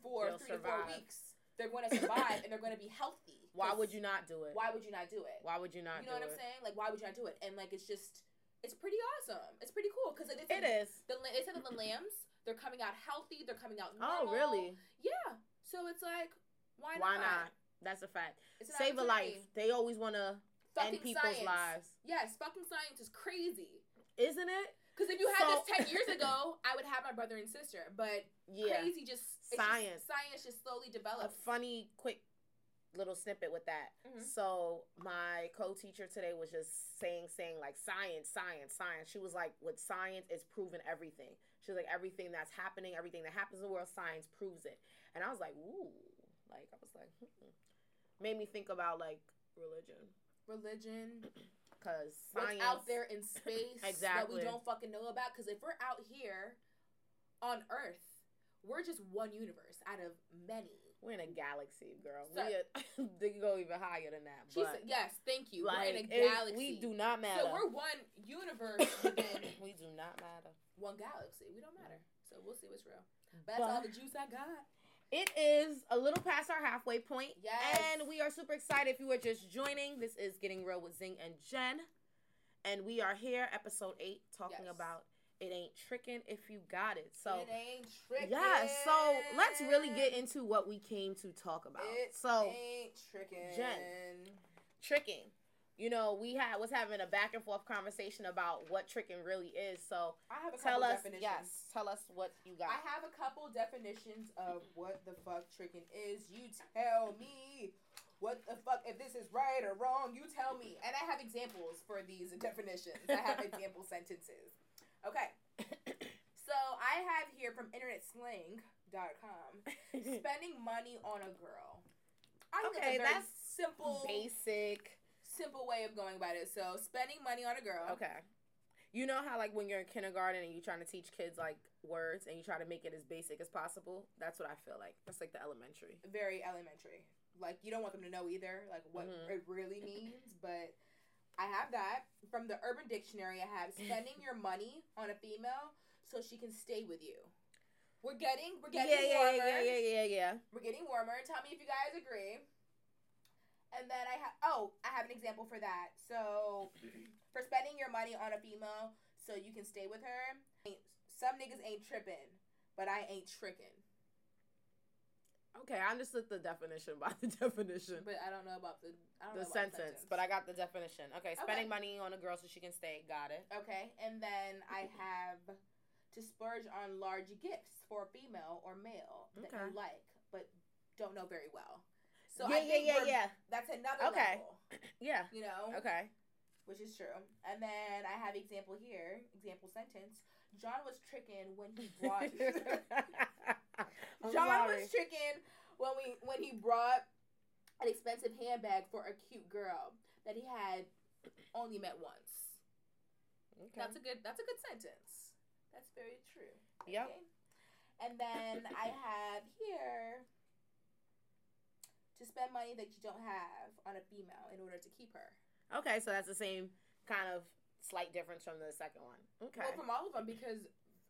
for They'll three to survive. four weeks, they're going to survive and they're going to be healthy. why would you 'Cause not do it? Why would you not do it? Why would you not you know do what it? I'm saying? Like why would you not do it? And like it's just it's pretty awesome. It's pretty cool because like, It is. The, la- they said that the lambs they're coming out healthy. They're coming out. Oh, Normal. really? Yeah. So it's like, why not? Why not? That's a fact. It's an Save a life. opportunity. They always wanna Fucking end people's science. lives, Yes, fucking science is crazy. isn't it? Because if you had So- this ten years ago, I would have my brother and sister. But Yeah. crazy, just it's Science. Just, science just a slowly develops. funny quick little snippet with that Mhm. so my co-teacher today was just saying saying like science science science she was like with science it's proven everything she's like everything that's happening everything that happens in the world science proves it and i was like ooh like i was like hmm. made me think about like religion Religion, because what's science out there in space that Exactly. we don't fucking know about. Because if we're out here on Earth, we're just one universe out of many. we're in a galaxy girl Sir. we are, they can go even higher than that She but said, yes, thank you. like, we're in a it- galaxy. we do not matter So we're one universe within we do not matter one galaxy. We don't matter. So we'll see what's real. But that's all But- the juice I got. It is a little past our halfway point. Yes. And we are super excited if you are just joining. This is Getting Real with Zing and Jen. And we are here, episode eight, talking Yes. about it ain't tricking if you got it. So, it ain't tricking. yeah, so let's really get into what we came to talk about. It so, ain't tricking. tricking. You know, we had was having a back and forth conversation about what tricking really is. So, I have a tell couple us, definitions. yes, tell us what you got. I have a couple definitions of what the fuck tricking is. You tell me what the fuck if this is right or wrong. You tell me, and I have examples for these definitions. I have example sentences. Okay, so I have here from InternetSlang.com spending money on a girl. I think Okay, that's a very that's simple, Basic. simple way of going about it. So spending money on a girl. Okay. You know how like when you're in kindergarten and you're trying to teach kids like words and you try to make it as basic as possible? That's what I feel like. That's like the elementary. very elementary. Like you don't want them to know either, like what Mhm. it really means. But I have that from the Urban Dictionary. I have spending your money on a female so she can stay with you. We're getting we're Yeah, yeah, getting yeah, yeah, warmer. yeah, yeah, yeah. We're getting warmer. Tell me if you guys agree. And then I have oh I have an example for that. So for spending your money on a female so you can stay with her, ain't- some niggas ain't tripping, but I ain't tricking. Okay, I understood the definition by the definition. But I don't know about the I Mm-hmm. The don't know about the sentence, but I got the definition. Okay, spending Okay. money on a girl so she can stay. Got it. Okay, and then I have to splurge on large gifts for a female or male that Okay. you like, but don't know very well. So yeah, I think yeah, yeah, we're- Oh. yeah. That's another Okay. level, Yeah. you know, Okay. which is true. And then I have example here, example sentence. John was tricking when he brought. I'm John sorry. was tricking when we when he brought an expensive handbag for a cute girl that he had only met once. Okay. That's a good. That's a good sentence. That's very true. Yep. Okay. And then I have here to spend money that you don't have on a female in order to keep her. Okay, so that's the same kind of slight difference from the second one. Okay. Well, from all of them because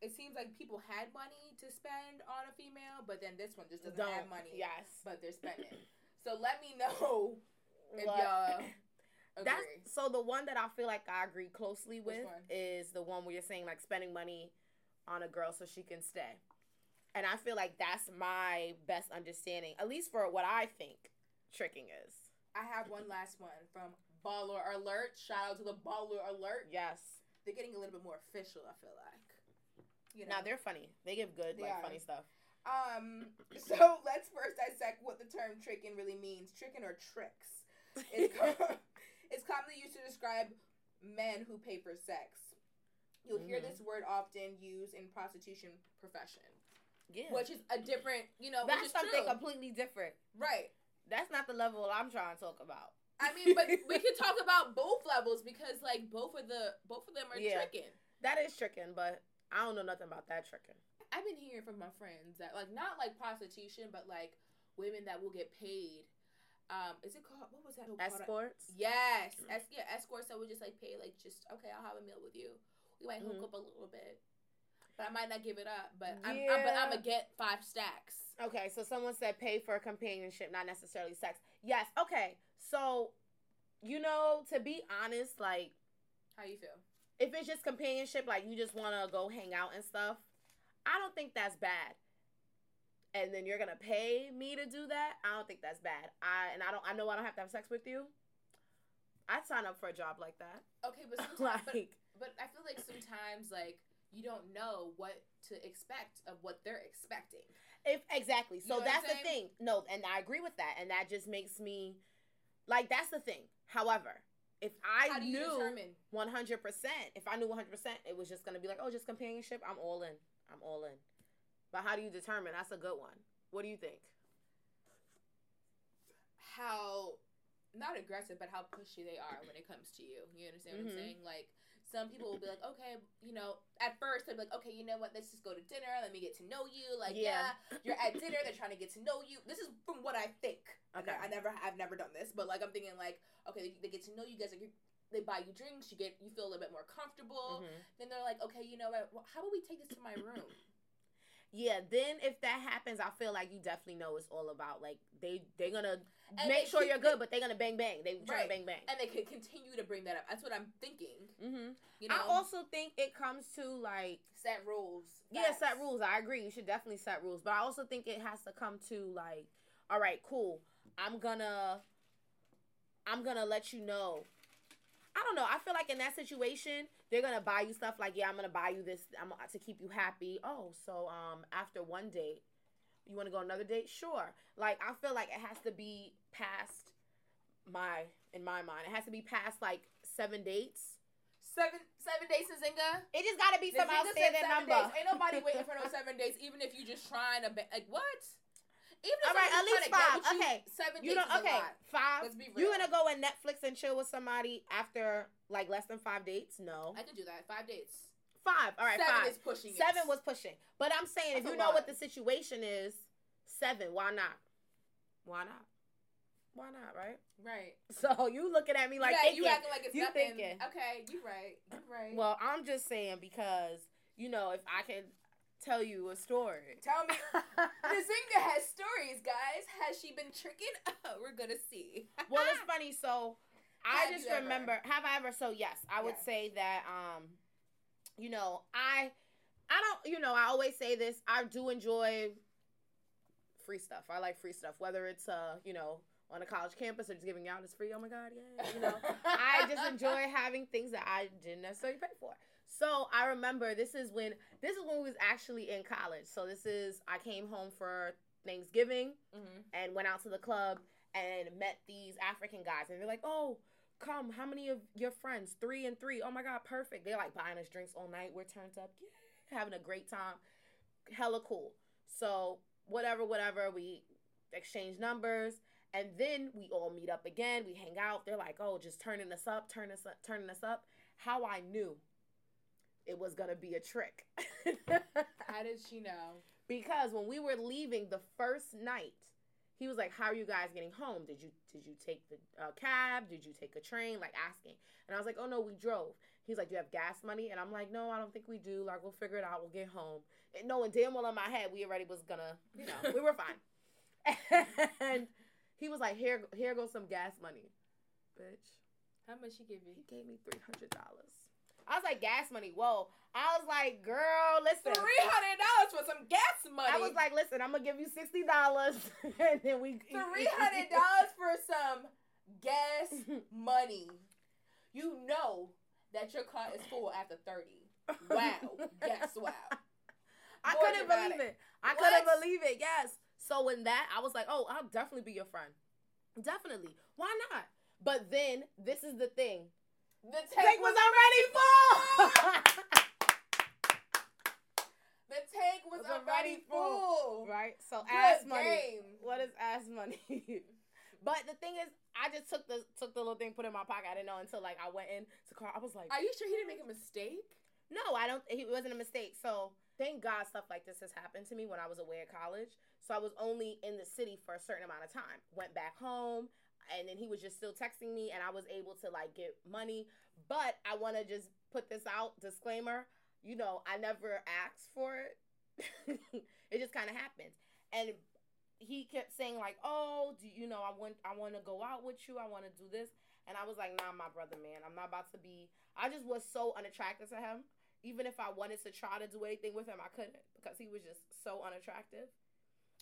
it seems like people had money to spend on a female, but then this one just doesn't have money. Yes. But they're spending. so let me know if But- y'all agree. That's so the one that I feel like I agree closely Which with one? is the one where you're saying like spending money on a girl so she can stay. And I feel like that's my best understanding, at least for what I think tricking is. I have one last one from Baller Alert. Shout out to the Baller Alert. Yes. they're getting a little bit more official. I feel like, you You know. Now they're funny. They give good, They like are. funny stuff. Um, so let's first dissect what the term trickin' really means. Trickin' or tricks. It's, com- it's commonly used to describe men who pay for sex. You'll hear Mhm. this word often used in prostitution profession, yeah, which is a different, you know, which that's is something true. completely different. right. That's not the level I'm trying to talk about. I mean, but we can talk about both levels because like both of the both of them are Yeah. tricking. That is tricking, but I don't know nothing about that tricking. I've been hearing from my friends that like not like prostitution, but like women that will get paid. Um, is it called what was that? called? Escorts. Mm. Yes, es- yeah, escorts that would just like pay like just okay, I'll have a meal with you. We might hook Mhm. up a little bit, but I might not give it up. But I'm, I'm but Yeah. I'm gonna get five stacks. Okay, so someone said pay for companionship, not necessarily sex. Yes. Okay, so you know, to be honest, like How you feel? if it's just companionship, like you just want to go hang out and stuff, I don't think that's bad. And then you're gonna pay me to do that. I don't think that's bad. I and I don't. I know I don't have to have sex with you. I'd sign up for a job like that. Okay, but sometimes, but, like, but I feel like sometimes like you don't know what to expect of what they're expecting. if exactly. You So know what I'm that's the thing. saying? No, and I agree with that. And that just makes me, like, that's the thing. However, if I How do you knew determine? one hundred percent, if I knew one hundred percent, it was just gonna be like, oh, just companionship. I'm all in. I'm all in. But how do you determine? That's a good one. What do you think? how not aggressive but how pushy they are when it comes to you you understand Mhm. what i'm saying like some people will be like okay you know at first they'll be like okay you know what let's just go to dinner let me get to know you like Yeah. yeah, you're at dinner they're trying to get to know you this is from what i think okay Okay. i never i've never done this but like i'm thinking like okay they, they get to know you guys like you- they buy you drinks you get you feel a little bit more comfortable Mhm. then they're like okay you know what well, how about we take this to my room Yeah, then if that happens, I feel like you definitely know it's all about like they they're gonna And make they sure keep- you're good, but they're gonna bang bang. They try Right. to bang bang. and they could continue to bring that up that's what i'm thinking hmm you know I also think it comes to like set rules yeah, set Facts. rules. I agree. You should definitely set rules, but I also think it has to come to like, all right, cool. I'm gonna, I'm gonna let you know. I don't know. I feel like in that situation, they're gonna buy you stuff like, yeah, I'm gonna buy you this. I'm uh, to keep you happy. Oh, so um, after one date, you want to go on another date? Sure. Like I feel like it has to be past my in my mind. It has to be past like seven dates. Seven seven days to Zynga. It just gotta be The some Zynga said outstanding seven number. Days. Ain't nobody waiting for no seven days, even if you just trying to ba- like what? Even if All right, somebody's at least trying to five. get with Okay. seven You days know, is a okay, lot. 5 Let's be real. You gonna go and Netflix and chill with somebody after like less than five dates? No, I can do that. Five dates. five. All right, seven five. is pushing. it. Seven was pushing, but I'm saying if That's a you know what lot. the situation is, seven. Why not? Why not? Why not? Right. right. So you looking at me like yeah, thinking, you acting like it's you nothing. thinking. Okay, you right. You right. Well, I'm just saying because you know if I can tell you a story. tell me. Nzinga has stories, guys. Has she been tricking? Oh, We're gonna see. well, it's funny. So I Ah! Have just you ever? remember. Have I ever? So yes, I would Yeah. say that. Um, you know, I, I don't. You know, I always say this. I do enjoy free stuff. I like free stuff, whether it's uh, you know, on a college campus or just giving out is free. Oh my God, yeah. You know, I just enjoy having things that I didn't necessarily pay for. So I remember this is when this is when we was actually in college. So this is I came home for Thanksgiving Mhm. and went out to the club and met these African guys and they're like, "Oh, come, how many of your friends? 3 and 3. Oh my god, perfect. They're like buying us drinks all night. We're turned up. Yeah, having a great time. Hella cool." So, whatever whatever, we exchange numbers and then we all meet up again. We hang out. They're like, "Oh, just turning us up, turn us up, turning us up." How I knew it was going to be a trick. How did she know? because when we were leaving the first night he was like how are you guys getting home did you did you take the uh, cab did you take a train like asking and i was like oh no we drove he's like do you have gas money and i'm like no i don't think we do like we'll figure it out we'll get home and knowing damn well in my head we already was gonna you know we were fine and he was like here here goes some gas money bitch How much she give you? he gave me three hundred dollars i was like gas money whoa i was like girl Three listen hundred dollars for some gas money. I was like, listen, I'm gonna give you sixty dollars, and then we three hundred dollars for some gas money. You know that your car is full after thirty. Wow. yes. Wow. I More couldn't dramatic. believe it. I What? couldn't believe it. Yes. So in that, I was like, oh, I'll definitely be your friend. Definitely. Why not? But then this is the thing. The Tank, tank was was already full. the tank was Was already already full. right. So Good ass money. game. What is ass money? but the thing is, I just took the took the little thing, put it in my pocket. I didn't know until like I went in to car. I was like, Are you sure he didn't make a mistake? No, I don't. It wasn't a mistake. So thank God stuff like this has happened to me when I was away at college. So I was only in the city for a certain amount of time. Went back home, and then he was just still texting me, and I was able to like get money. But I want to just put this out disclaimer. You know, I never asked for it. it just kind of happened, and he kept saying like, "Oh, do you know I want I want to go out with you? I want to do this." And I was like, "Nah, my brother, man, I'm not about to be." I just was so unattractive to him. Even if I wanted to try to do anything with him, I couldn't because he was just so unattractive.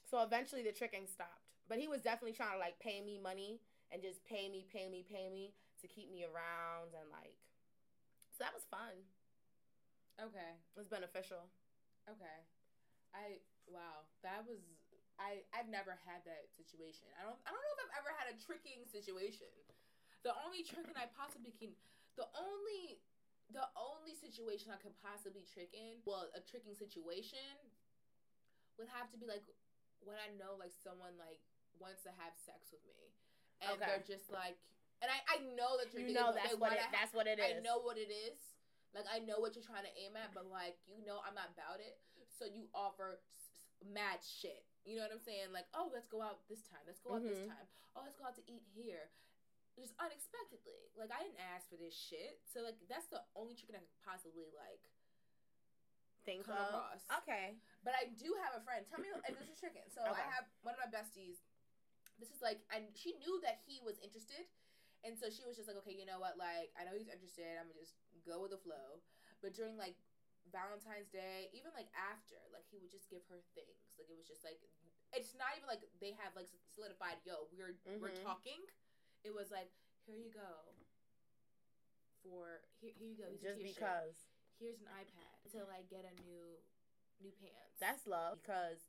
So eventually the tricking stopped. But he was definitely trying to like pay me money and just pay me, pay me, pay me to keep me around and like so that was fun. Okay. It was beneficial. Okay. I wow, that was I I've never had that situation. I don't I don't know if I've ever had a tricking situation. The only tricking I possibly can the only the only situation I could possibly trick in, well, a tricking situation would have to be like when I know like someone like wants to have sex with me. And Okay. they're just like and I, I know that you're You know they that's what it wanna have that's what it is. I know what it is. Like I know what you're trying to aim at, but like you know I'm not about it. So you offer s- s- mad shit. You know what I'm saying? Like oh let's go out this time. Let's go out this Mhm. time. Oh let's go out to eat here. Just unexpectedly. Like I didn't ask for this shit. So like that's the only trick I could possibly like. Think come of. across. Okay. But I do have a friend. Tell me if this is tricking. So I Okay. have one of my besties. This is like, and she knew that he was interested, and so she was just like, okay, you know what? Like, I know he's interested. I'm gonna just go with the flow. But during like Valentine's Day, even like after, like he would just give her things. Like it was just like, it's not even like they have like solidified. Yo, we're we're Mhm. talking. It was like, here you go. For here, here you go. Here's a Just t-shirt. because. Here's an iPad until I get a new new pants. That's love because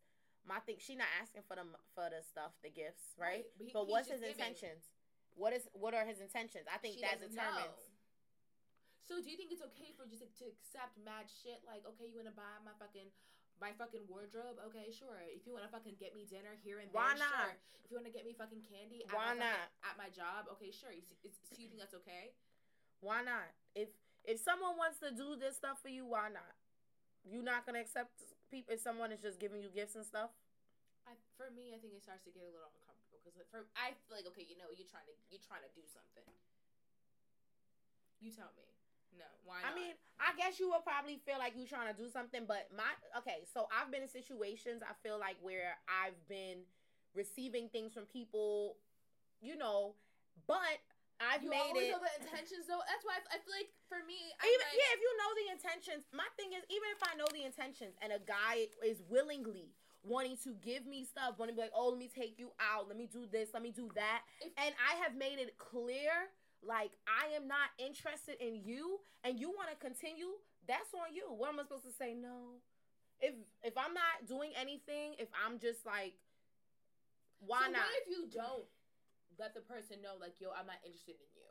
my thing she not asking for them for the stuff, the gifts, right? But, he- But he's what's just his giving. intentions? What is what are his intentions? I think She that doesn't determines. know. So do you think it's okay for just to accept mad shit? Like, okay, you wanna buy my fucking my fucking wardrobe? Okay, sure. If you wanna fucking get me dinner here and there, Why not? Sure. If you wanna get me fucking candy, at Why my fucking- not? At my job, okay, sure. You, see- it's- so you think that's okay? Why not? If if someone wants to do this stuff for you, why not? You not gonna accept people if someone is just giving you gifts and stuff. I, for me, I think it starts to get a little uncomfortable because for I feel like okay, you know, you're trying to you're trying to do something. You tell me. No, why? I not? mean, I guess you will probably feel like you trying to do something, but my okay. So I've been in situations I feel like where I've been receiving things from people, you know, but I've you made always it. know the intentions though. That's why I, I feel like for me, I'm even like, yeah, if you know the intentions, my thing is even if I know the intentions and a guy is willingly wanting to give me stuff, wanting to be like, oh, let me take you out, let me do this, let me do that, If- and I have made it clear like I am not interested in you, and you want to continue, that's on you. What am I supposed to say? No, if if I'm not doing anything, if I'm just like, why so not? What if you don't let the person know, like, yo, I'm not interested in you,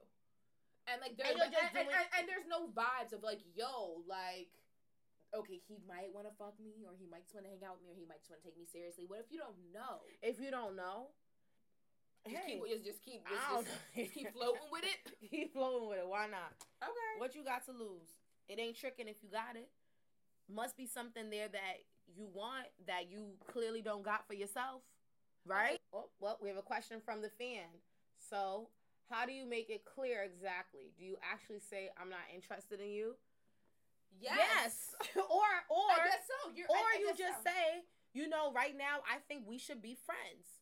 and like there's And you're and, just and, doing- and- and there's no vibes of like, yo, like, okay, he might want to fuck me, or he might just want to hang out with me, or he might just want to take me seriously. What if you don't know? if you don't know, Just hey, keep, just, just keep, just, I don't just- know. just keep floating with it. keep flowing with it. Why not? Okay. What you got to lose? It ain't tricking if you got it. Must be something there that you want that you clearly don't got for yourself, right? Oh, well, we have a question from the fan. So, how do you make it clear exactly? Do you actually say I'm not interested in you? Yes. Yes. or or I guess so. You're, I- or I you guess just so. say, you know, right now I think we should be friends.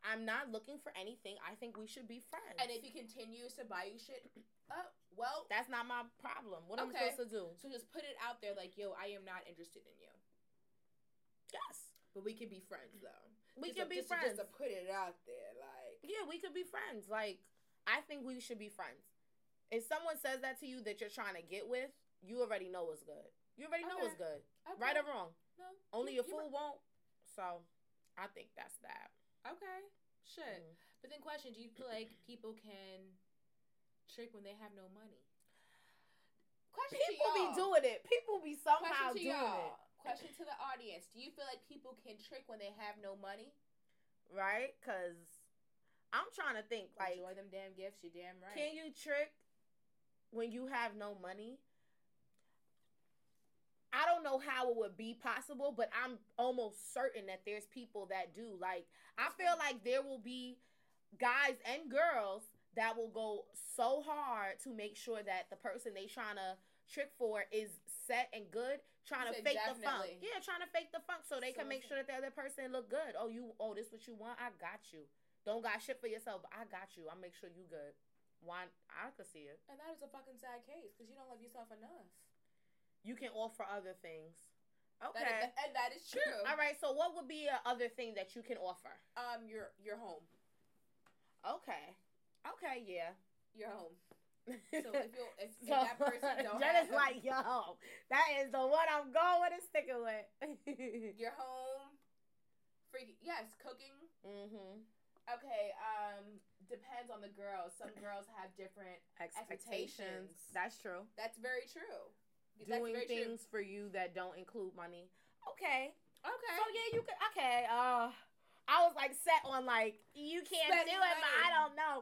I'm not looking for anything. I think we should be friends. And if he continues to buy you shit, oh well. that's not my problem. What am I Okay. supposed to do? so just put it out there, like, yo, I am not interested in you, Yes. but we can be friends though. We Just can to- be just to- friends. Just to put it out there, like. yeah, we could be friends. Like, I think we should be friends. If someone says that to you that you're trying to get with, you already know what's good. You already know it's good. Okay. Right or wrong. No. Only a you- you fool won't. So I think that's that. were- Okay. Shit. Mhm. But then, question: Do you feel like people can trick when they have no money? Question People to y'all. be doing it. People be somehow Question to doing y'all. it. Question to the audience: Do you feel like people can trick when they have no money? Right? Because I'm trying to think like, Enjoy them damn gifts. You damn right. can you trick when you have no money? I don't know how it would be possible, but I'm almost certain that there's people that do. Like, I feel like there will be guys and girls that will go so hard to make sure that the person they trying to trick for is set and good, trying to said fake the funk. definitely. Yeah, trying to fake the funk so they So can make it's sure that the other person look good. Oh, you oh, this what you want? I got you. Don't got shit for yourself, but I got you. I'll make sure you good. Why I could see it. And that is a fucking sad case because you don't love yourself enough. You can offer other things. Okay. That is- and that is true. All right, so what would be a other thing that you can offer? Um, your your home, Okay. Okay, yeah. your home. So if you if, if So that person don't Jen have is like, yo, that is the one I'm going and sticking with. your home, freaking yes, cooking. mm-hmm. Okay, um, depends on the girls. Some girls have different. Expectations. That's true. That's very true. That's Doing very true. things for you that don't include money. Okay. Okay. So yeah, you could. Okay. Uh, I was like set on like you can't do Spending it, but I money. don't know.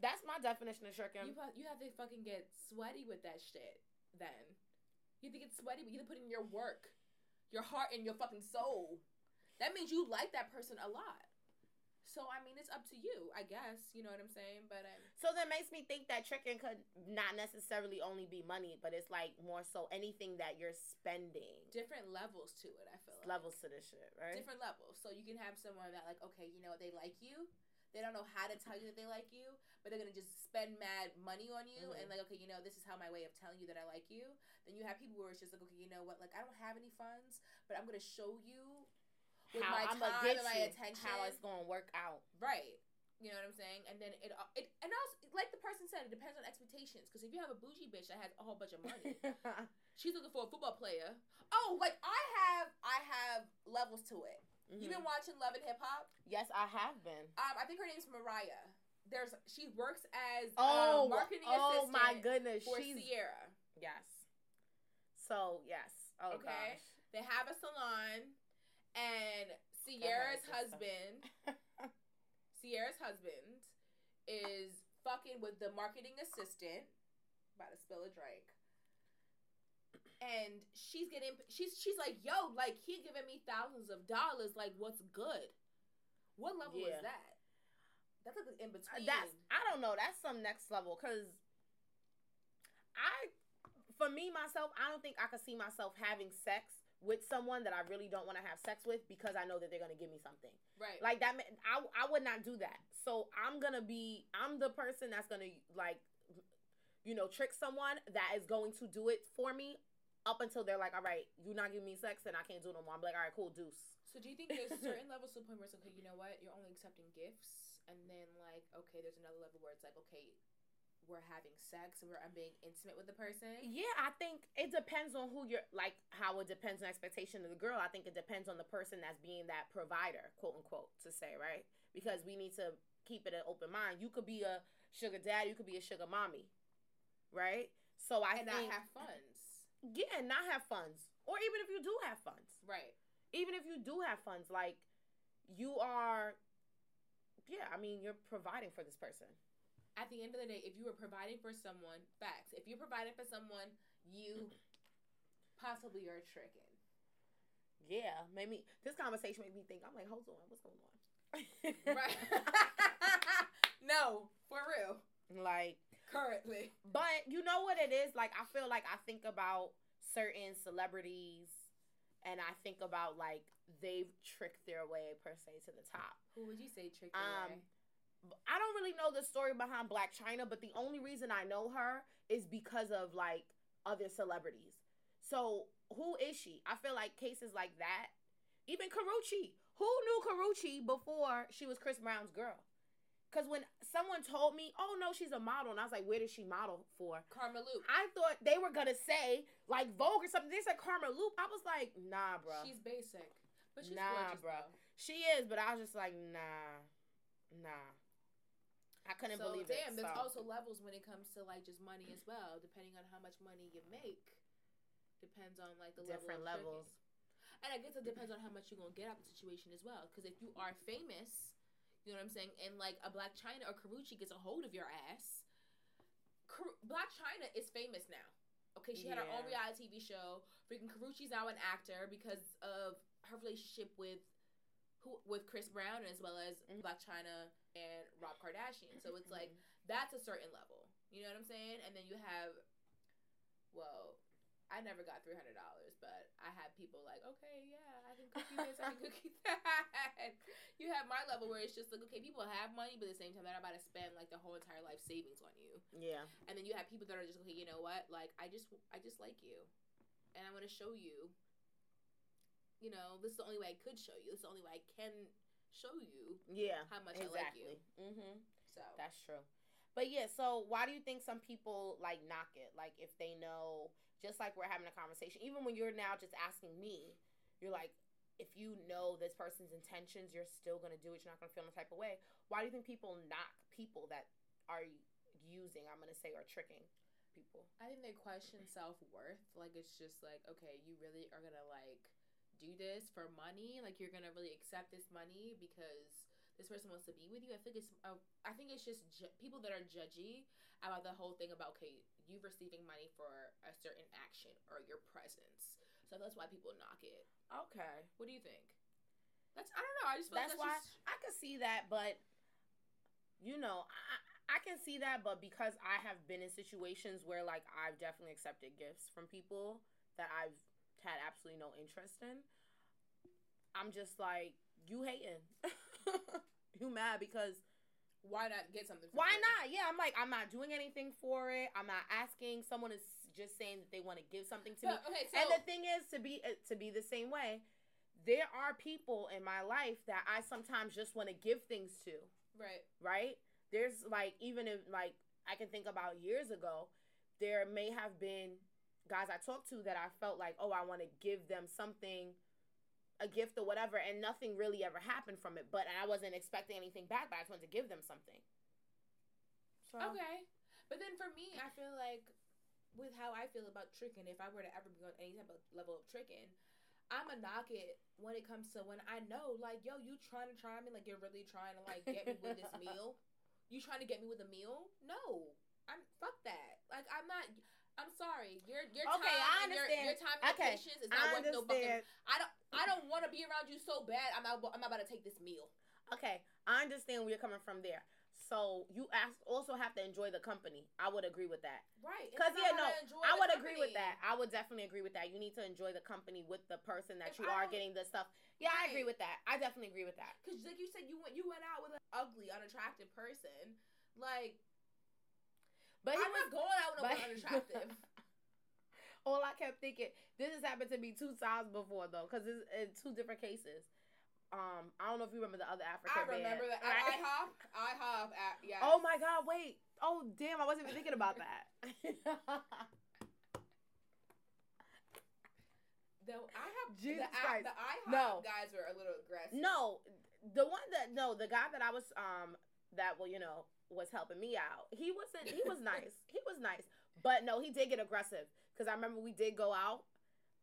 That's my definition of tricking. You, fu- you have to fucking get sweaty with that shit then. You have to get sweaty, but you have to put in your work, your heart, and your fucking soul. That means you like that person a lot. So, I mean, it's up to you, I guess. You know what I'm saying? But, um, So that makes me think that tricking could not necessarily only be money, but it's like more so anything that you're spending. different levels to it, I feel like. Levels to this shit, right? Different levels. So, you can have someone that, like, okay, you know what, they like you. They don't know how to tell you that they like you, but they're gonna just spend mad money on you Mhm. and, like, okay, you know, this is how my way of telling you that I like you. Then you have people where it's just like, okay, you know what, like, I don't have any funds, but I'm gonna show you with my I'ma time and my how attention. it's gonna work out. Right. Right. You know what I'm saying? And then it, it and also like the person said, it depends on expectations. Because if you have a bougie bitch that has a whole bunch of money, she's looking for a football player. Oh, like I have, I have levels to it. You've Mm-hmm. been watching Love and Hip Hop. yes, I have been. Um, I think her name's Mariah. There's she works as Oh, oh marketing oh assistant my goodness, for she's Sierra. yes. So yes, oh Okay. They have a salon, and Sierra's sister. husband Sierra's husband is fucking with the marketing assistant. About to spill a drink. And she's getting she's she's like, yo, like he giving me thousands of dollars. Like, what's good? What level Yeah. is that? That's like in between. gosh, that's I don't know. That's some next level because I, for me myself, I don't think I could see myself having sex with someone that I really don't want to have sex with because I know that they're gonna give me something. right. Like that, ma- I I would not do that. So I'm gonna be I'm the person that's gonna like, you know, trick someone that is going to do it for me up until they're like, all right, you're not giving me sex and I can't do it no more. I'm like, all right, cool, deuce. so do you think there's certain levels to the point where it's okay, you know what, you're only accepting gifts and then like, okay, there's another level where it's like, okay, we're having sex and we're I'm being intimate with the person. Yeah, I think it depends on who you're like how it depends on expectation of the girl. I think it depends on the person that's being that provider, quote unquote, to say, right? Because we need to keep it an open mind. You could be a sugar daddy, you could be a sugar mommy. Right? So I and think not have funds. yeah, and not have funds. Or even if you do have funds. Right. Even if you do have funds, like you are yeah, I mean you're providing for this person. At the end of the day, if you are providing for someone, facts. If you're providing for someone, you possibly are tricking. Yeah, made me this conversation made me think, I'm like, hold on, what's going on? Right. no, for real. like Currently. But you know what it is? Like I feel like I think about certain celebrities and I think about like they've tricked their way per se to the top. Who would you say tricked Um, away? I don't really know the story behind Black China, but the only reason I know her is because of like other celebrities. So who is she? I feel like cases like that, even Karuchi. Who knew Karuchi before she was Chris Brown's girl? Because when someone told me, oh no, she's a model, and I was like, where does she model for? Karma Loop. I thought they were gonna say like Vogue or something. They said Karma Loop. I was like, nah, bro. She's basic, but she's Nah, gorgeous, bruh. though. She is, but I was just like, nah, nah. I couldn't so, believe damn, it. there's so. also levels when it comes to like just money as well. Depending on how much money you make, depends on like the Different level levels. of tricking. And I guess it depends on how much you're gonna get out of the situation as well. Because if you are famous, you know what I'm saying, and like a Black China or Karuchi gets a hold of your ass, Kar- Black China is famous now. Okay, she had her own Yeah. reality TV show. Freaking Karuchi's now an actor because of her relationship with who with Chris Brown as well as Mhm. Black China and Rob Kardashian. So it's like mm-hmm. that's a certain level. You know what I'm saying? And then you have well, I never got three hundred dollars, but I had people like, Okay, yeah, I can cookie this, I can cookie that. You have my level where it's just like, okay, people have money, but at the same time they're not about to spend like their whole entire life savings on you. yeah, And then you have people that are just okay, you know what? Like I just I just like you, and I want to show you. You know, this is the only way I could show you. This is the only way I can show you yeah, how much I like you. exactly. Mm-hmm. So That's true. But yeah, so why do you think some people like knock it? Like if they know, just like we're having a conversation, even when you're now just asking me, you're like, if you know this person's intentions, you're still gonna do it. You're not gonna feel no type of way. Why do you think people knock people that are using? I'm gonna say are tricking people. I think they question self worth. Like it's just like, okay, you really are gonna like do this for money. Like you're gonna really accept this money because this person wants to be with you. I think it's, uh, I think it's just ju- people that are judgy about the whole thing about okay, you receiving money for a certain action or your presence. So that's why people knock it. Okay. What do you think? That's I don't know. I just feel that's, like why that's just- I can see that, but you know, I, I can see that, but because I have been in situations where like I've definitely accepted gifts from people that I've had absolutely no interest in, I'm just like, you hating. you mad because why not get something? for why free? not? Yeah, I'm like, I'm not doing anything for it. I'm not asking. Someone is just saying that they want to give something to me But, okay, so and the thing is to be uh, to be the same way there are people in my life that i sometimes just want to give things to right, right there's like even if like i can think about years ago there may have been guys i talked to that i felt like oh i want to give them something a gift or whatever and nothing really ever happened from it but i wasn't expecting anything back but i just wanted to give them something so Okay. But then for me, I feel like with how I feel about tricking, if I were to ever be on any type of level of tricking, I'm a knock it when it comes to when I know, like, yo, you trying to try me, like, you're really trying to, like, get me with this meal? You trying to get me with a meal? No. I'm, fuck that. Like, I'm not, I'm sorry. Your, your Okay, time, I and your, understand. your time and your Okay, patience is i not worth no fucking, understand I don't, I don't want to be around you so bad, I'm not, I'm not about to take this meal. Okay, I understand where you're coming from there. So you ask, also have to enjoy the company. I would agree with that. Right. Cause, It's yeah, not how no, enjoy I the would agree with company. that. I would definitely agree with that. You need to enjoy the company with the person that If you I are don't- getting the stuff. Yeah, I agree with Right. that. I definitely agree with that. Cause like you said, you went you went out with an ugly, unattractive person. Like But he I'm was not going out with no but- one unattractive. All I kept thinking, this has happened to me two times before though, because it's in two different cases. Um, I don't know if you remember the other African. I remember band, that. I, right? I hop. I hop. At, yeah. Oh my God! Wait. Oh damn! I wasn't even thinking about that. The I hop. Jesus the, I- Christ. the I hop No. guys were a little aggressive. No, the one that no, the guy that I was um that well, you know, was helping me out. He wasn't. He was nice. he was nice, but no, he did get aggressive because I remember we did go out.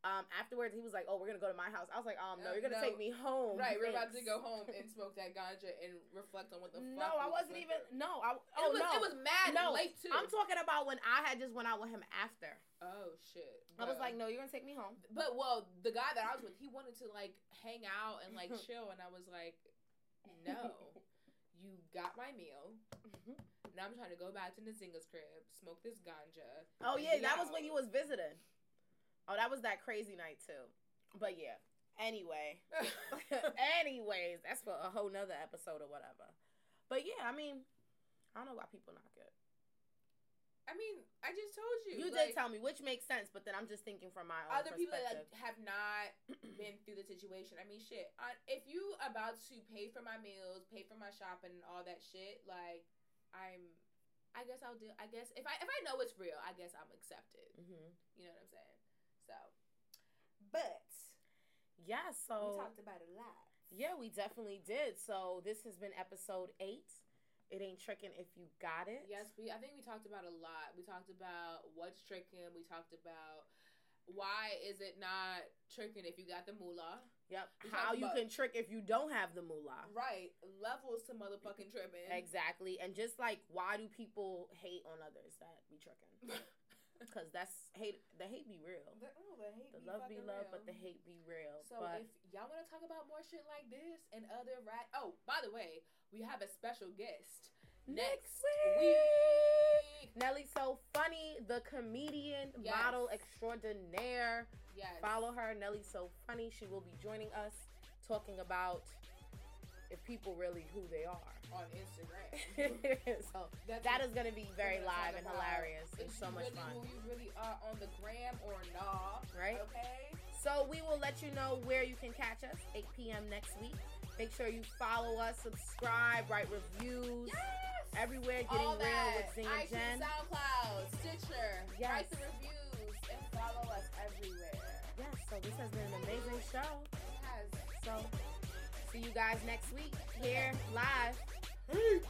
Um, afterwards, he was like, "Oh, we're gonna go to my house." I was like, "Um, no, you're Uh, gonna no. take me home." Right. We're about to thanks." go home and smoke that ganja and reflect on what the No, fuck. I we wasn't went even. through. No, I. it Oh was. no, It was mad No, late too. I'm talking about when I had just went out with him after. oh shit. I was Bruh. like, "No, you're gonna take me home." But well, the guy that I was with, he wanted to like hang out and like chill, and I was like, no, you got my meal. Now I'm trying to go back to Nzinga's crib, smoke this ganja. Oh and yeah, be that was when out. you was visiting. Oh, that was that crazy night too. But yeah. Anyway. Anyways, that's for a whole nother episode or whatever. But yeah, I mean, I don't know why people knock it. I mean, I just told you. You did like, tell me, which makes sense, but then I'm just thinking from my own other people that perspective. like, have not been through the situation. I mean, shit. I, if you about to pay for my meals, pay for my shopping, and all that shit, like, I'm. I guess I'll do. I guess if I if I know it's real, I guess I'm accepted. hmm You know what I'm saying? So, but Yeah, so we talked about a lot. Yeah, we definitely did. So this has been episode eight. It ain't tricking if you got it. Yes, we. I think we talked about a lot. We talked about what's tricking. We talked about why is it not tricking if you got the moolah. Yep. We How talked you about- can trick if you don't have the moolah. Right, levels to motherfucking tripping. Ah. Exactly. And just like, why do people hate on others that be tricking? Because that's hate. The hate be real. The, oh, the hate The be love be fucking love, real. but the hate be real. So but if y'all want to talk about more shit like this and other rat, oh, by the way, we have a special guest next week. Nelly So Funny, the comedian, Yes. model extraordinaire. Yes. Follow her, Nelly So Funny. She will be joining us talking about if people really who they are. on Instagram. so That's that is going to be very We're gonna live talk and about hilarious. It's if so you much really fun, Who you really are on the gram or nah? right? Okay. So we will let you know where you can catch us 8 p.m. next week. Make sure you follow us, subscribe, write reviews Yes. everywhere. Getting All real that. with Zing and iTunes, Jen. SoundCloud, Stitcher. Yes. Write the reviews and follow us everywhere. Yes. So this has been an amazing show. It has So see you guys next week here live.